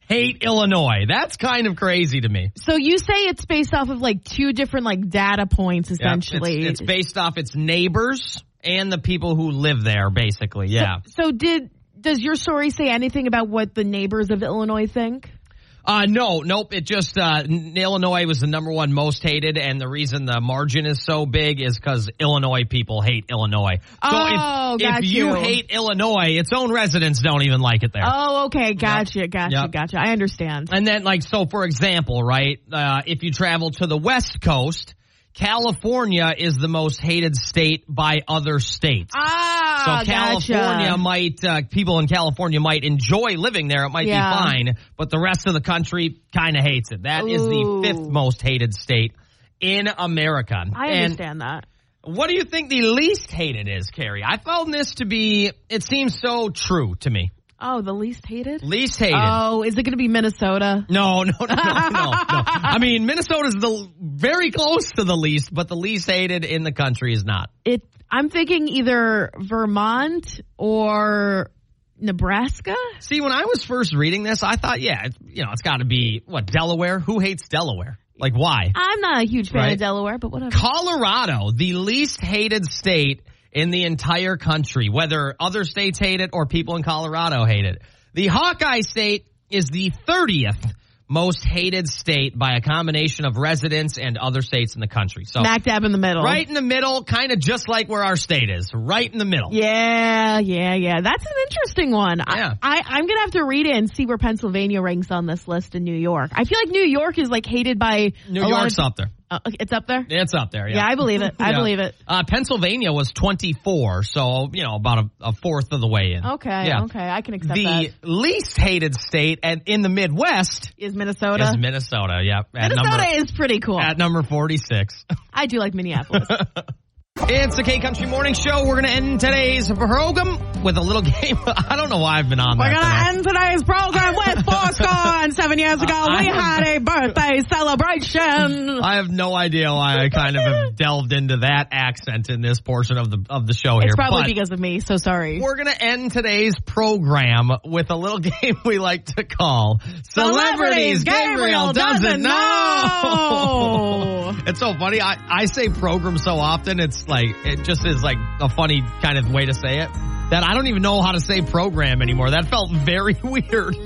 Speaker 1: hate Illinois. That's kind of crazy to me.
Speaker 3: So you say it's based off of like two different like data points
Speaker 1: Yeah,
Speaker 3: essentially.
Speaker 1: It's, it's based off its neighbors and the people who live there, basically. Yeah.
Speaker 3: so did does your story say anything about what the neighbors of Illinois think?
Speaker 1: Uh, no, nope. It just, uh, n- Illinois was the number one most hated, and the reason the margin is so big is because Illinois people hate Illinois. So
Speaker 3: Oh,
Speaker 1: if,
Speaker 3: got
Speaker 1: if you
Speaker 3: you.
Speaker 1: hate Illinois, its own residents don't even like it there.
Speaker 3: Oh, okay, gotcha, gotcha,
Speaker 1: Yep.
Speaker 3: gotcha. I understand.
Speaker 1: And then, like, so for example, right, uh, if you travel to the West Coast, California is the most hated state by other states. So
Speaker 3: ah,
Speaker 1: California
Speaker 3: gotcha.
Speaker 1: might uh, people in California might enjoy living there. It might
Speaker 3: Yeah.
Speaker 1: be fine, but the rest of the country kind of hates it. That is
Speaker 3: Ooh.
Speaker 1: the fifth most hated state in America.
Speaker 3: I understand that.
Speaker 1: And what do you think the least hated is, Carrie? I found this to be it seems so true to me.
Speaker 3: Oh, the least hated?
Speaker 1: Least hated.
Speaker 3: Oh, is it going to be Minnesota?
Speaker 1: No, no, no, no, no, no. I mean, Minnesota's the very close to the least, but the least hated in the country is not.
Speaker 3: It. I'm thinking either Vermont or Nebraska.
Speaker 1: See, when I was first reading this, I thought, yeah, it's you know, it's got to be what Delaware. Who hates Delaware? Like, why?
Speaker 3: I'm not a huge fan
Speaker 1: Right.
Speaker 3: of Delaware, but whatever.
Speaker 1: Colorado, the least hated state in the entire country, whether other states hate it or people in Colorado hate it. The Hawkeye state is the 30th most hated state by a combination of residents and other states in the country. So
Speaker 3: Smack dab in the middle.
Speaker 1: right in the middle, kind of just like where our state is, right in the middle.
Speaker 3: Yeah, yeah, yeah. That's an interesting one.
Speaker 1: Yeah.
Speaker 3: I, I, I'm gonna have to read it and see where Pennsylvania ranks on this list in New York. I feel like New York is like hated by
Speaker 1: New
Speaker 3: a lot
Speaker 1: York's
Speaker 3: of-
Speaker 1: up there.
Speaker 3: Uh, it's up there.
Speaker 1: It's up there. Yeah,
Speaker 3: Yeah, I believe it. I
Speaker 1: Yeah.
Speaker 3: believe it.
Speaker 1: Uh, Pennsylvania was 24, so you know about a, a fourth of the way in.
Speaker 3: Okay, okay, I can accept
Speaker 1: The
Speaker 3: that.
Speaker 1: least hated state and in the Midwest
Speaker 3: Is Minnesota?
Speaker 1: is Minnesota. Yeah, at
Speaker 3: Minnesota
Speaker 1: number
Speaker 3: is pretty cool.
Speaker 1: at number 46.
Speaker 3: I do like Minneapolis.
Speaker 1: It's the K Country Morning Show. We're gonna end today's program with a little game. I don't know why I've been on.
Speaker 6: We're
Speaker 1: that
Speaker 6: gonna end
Speaker 1: tonight.
Speaker 6: today's program with four score and seven years ago we
Speaker 1: I-
Speaker 6: had a birthday celebration.
Speaker 1: I have no idea why I kind of have delved into that accent in this portion of the of the show here.
Speaker 3: It's probably
Speaker 1: but-
Speaker 3: because of me. So sorry.
Speaker 1: We're going to end today's program with a little game we like to call Celebrities, Gabriel, Doesn't, Know. it's so funny. I, I say program so often, it's like, it just is like a funny kind of way to say it that I don't even know how to say program anymore. That felt very weird.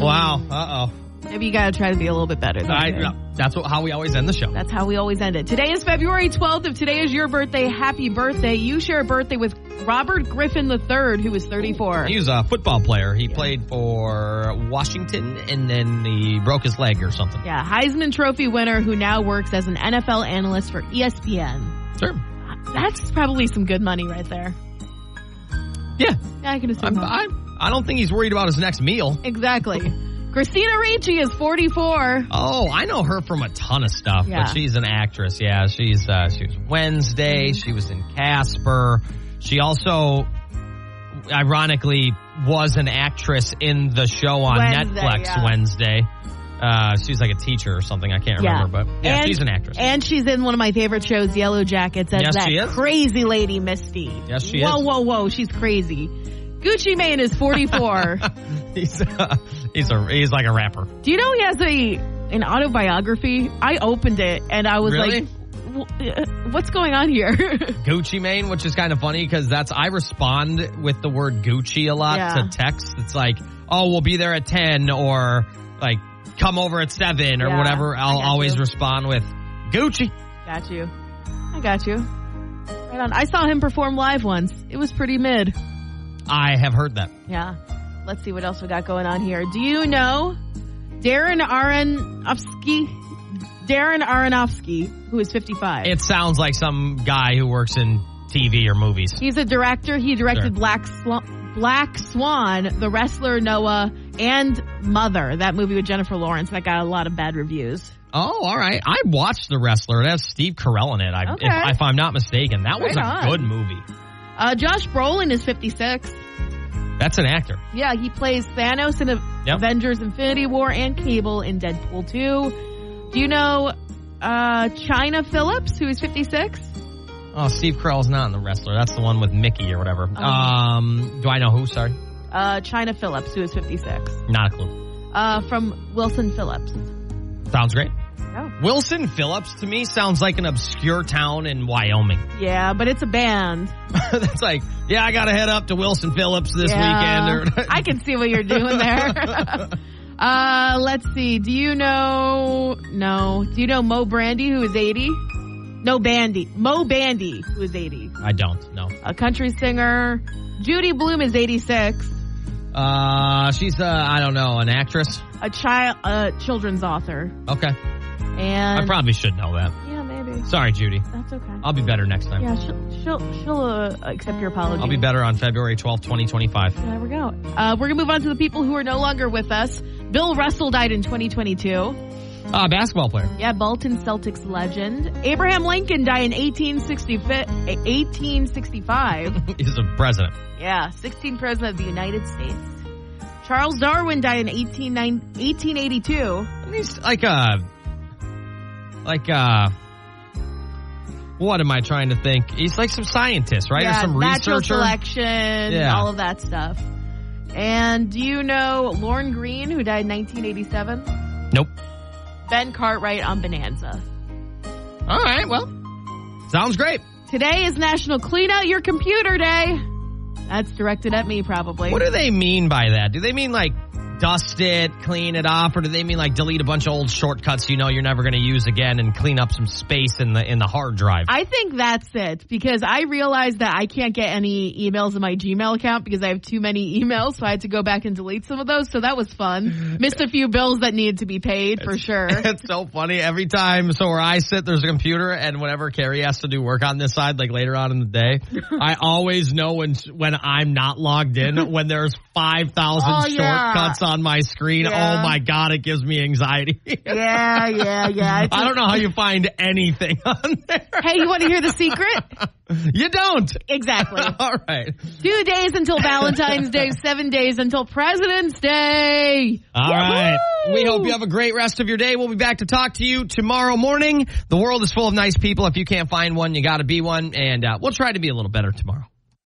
Speaker 1: Wow. Uh oh.
Speaker 3: Maybe you gotta try to be a little bit better. Than
Speaker 1: I
Speaker 3: you did.
Speaker 1: That's what, how we always end the show.
Speaker 3: That's how we always end it. Today is February 12th. If today is your birthday, happy birthday. You share a birthday with Robert Griffin III, who is 34.
Speaker 1: He was a football player. He played for Washington and then he broke his leg or something.
Speaker 3: Yeah, Heisman Trophy winner who now works as an NFL analyst for E ESPN.
Speaker 1: Sure.
Speaker 3: That's probably some good money right there.
Speaker 1: Yeah.
Speaker 3: Yeah, I can assume.
Speaker 1: I'm,
Speaker 3: that.
Speaker 1: I'm, I don't think he's worried about his next meal.
Speaker 3: exactly. Christina Ricci is 44.
Speaker 1: Oh, I know her from a ton of stuff,
Speaker 3: Yeah.
Speaker 1: but she's an actress. Yeah, she's uh, she was Wednesday.
Speaker 3: Mm-hmm.
Speaker 1: She was in Casper. She also, ironically, was an actress in the show on
Speaker 3: Wednesday,
Speaker 1: Netflix
Speaker 3: yeah.
Speaker 1: Wednesday. Uh, she's like a teacher or something. I can't
Speaker 3: Yeah.
Speaker 1: remember, but yeah,
Speaker 3: And-
Speaker 1: she's an actress.
Speaker 3: And she's in one of my favorite shows, Yellow Jackets, as
Speaker 1: Yes,
Speaker 3: that
Speaker 1: she is.
Speaker 3: crazy lady, Misty.
Speaker 1: Yes, she
Speaker 3: whoa,
Speaker 1: is.
Speaker 3: Whoa, whoa, whoa. She's crazy. Gucci Mane is 44.
Speaker 1: he's uh, he's a he's like a rapper.
Speaker 3: Do you know he has a an autobiography? I opened it and I was
Speaker 1: Really?
Speaker 3: like, "W- uh, "What's going on here?"
Speaker 1: Gucci Mane, which is kind of funny because that's I respond with the word Gucci a lot
Speaker 3: Yeah.
Speaker 1: to texts. It's like, oh, we'll be there at ten, or like come over at seven, or
Speaker 3: Yeah,
Speaker 1: whatever.
Speaker 3: I
Speaker 1: I'll
Speaker 3: got
Speaker 1: always
Speaker 3: you.
Speaker 1: respond with Gucci.
Speaker 3: got you. I got you. Right on. I saw him perform live once. It was pretty mid.
Speaker 1: I have heard that.
Speaker 3: Yeah. Let's see what else we got going on here. Do you know Darren Aronofsky? Darren Aronofsky, who is 55.
Speaker 1: It sounds like some guy who works in TV or movies.
Speaker 3: He's a director. He directed
Speaker 1: Sure.
Speaker 3: Black Swan, Black Swan, The Wrestler Noah, and Mother. That movie with Jennifer Lawrence that got a lot of bad reviews.
Speaker 1: Oh, all right. I watched The Wrestler. It has Steve Carell in it. I,
Speaker 3: Okay.
Speaker 1: if, if I'm not mistaken, that was
Speaker 3: Right
Speaker 1: a
Speaker 3: on.
Speaker 1: good movie.
Speaker 3: Uh, Josh Brolin is 56.
Speaker 1: That's an actor.
Speaker 3: Yeah, he plays Thanos in A-
Speaker 1: Yep.
Speaker 3: Avengers Infinity War and Cable in Deadpool 2. Do you know uh, China Phillips, who is 56?
Speaker 1: Oh, Steve Carell's not in The Wrestler. That's the one with Mickey or whatever.
Speaker 3: Oh.
Speaker 1: Um, do I know who? Sorry,
Speaker 3: Uh, China Phillips, who is 56.
Speaker 1: not a clue.
Speaker 3: Uh, from Wilson Phillips.
Speaker 1: Sounds great.
Speaker 3: Oh.
Speaker 1: Wilson Phillips to me sounds like an obscure town in Wyoming.
Speaker 3: Yeah, but it's a band.
Speaker 1: That's like, yeah, I gotta head up to Wilson Phillips this
Speaker 3: Yeah.
Speaker 1: weekend. Or
Speaker 3: I can see what you're doing there. uh, let's see. Do you know? No. Do you know Mo Brandy, who is 80? No, Bandy. Mo Bandy, who is 80.
Speaker 1: I don't know.
Speaker 3: A country singer. Judy Bloom is 86.
Speaker 1: Uh, she's uh, I don't know, an actress.
Speaker 3: A child, a children's author.
Speaker 1: Okay, I
Speaker 3: And
Speaker 1: probably should know that.
Speaker 3: yeah, maybe
Speaker 1: Sorry, Judy.
Speaker 3: that's okay.
Speaker 1: I'll be better next time.
Speaker 3: Yeah, she'll she'll, she'll uh, accept your apology.
Speaker 1: I'll be better on February twelfth, twenty twenty-five.
Speaker 3: There we go. Uh, we're gonna move on to the people who are no longer with us. Bill Russell died in 2022.
Speaker 1: Uh, basketball player.
Speaker 3: Yeah, Bolton Celtics legend. Abraham Lincoln died in 1865. 1865.
Speaker 1: He's a president.
Speaker 3: yeah, 16th president of the United States. Charles Darwin died in 18, 1882.
Speaker 1: At least like uh like uh what am I trying to think? He's like some scientist, right? or
Speaker 3: Yeah,
Speaker 1: some
Speaker 3: natural
Speaker 1: researcher.
Speaker 3: selection,
Speaker 1: Yeah.
Speaker 3: all of that stuff. And do you know Lauren Green, who died in 1987?
Speaker 1: Nope.
Speaker 3: Ben Cartwright on Bonanza.
Speaker 1: All right, well. Sounds great.
Speaker 3: Today is National Clean Out Your Computer Day. That's directed at me, probably.
Speaker 1: What do they mean by that? Do they mean like dust it, clean it up, or do they mean like delete a bunch of old shortcuts you know you're never going to use again and clean up some space in the in the hard drive?
Speaker 3: I think that's it because I realized that I can't get any emails in my Gmail account because I have too many emails, so I had to go back and delete some of those. So that was fun. Missed a few bills that needed to be paid for sure.
Speaker 1: It's so funny every time. So where I sit, there's a computer, and whenever Carrie has to do work on this side, like later on in the day, I always know when when I'm not logged in when there's five thousand
Speaker 3: Oh, yeah.
Speaker 1: shortcuts on my screen.
Speaker 3: Yeah.
Speaker 1: Oh my god, it gives me anxiety.
Speaker 3: Yeah, yeah, yeah.
Speaker 1: I don't know how you find anything on there.
Speaker 3: Hey, you want to hear the secret?
Speaker 1: You don't.
Speaker 3: Exactly.
Speaker 1: All right.
Speaker 3: Two days until Valentine's Day, seven days until President's Day.
Speaker 1: All right.
Speaker 3: Woohoo!
Speaker 1: We hope you have a great rest of your day. We'll be back to talk to you tomorrow morning. The world is full of nice people. If you can't find one, you got to be one. And uh, we'll try to be a little better tomorrow.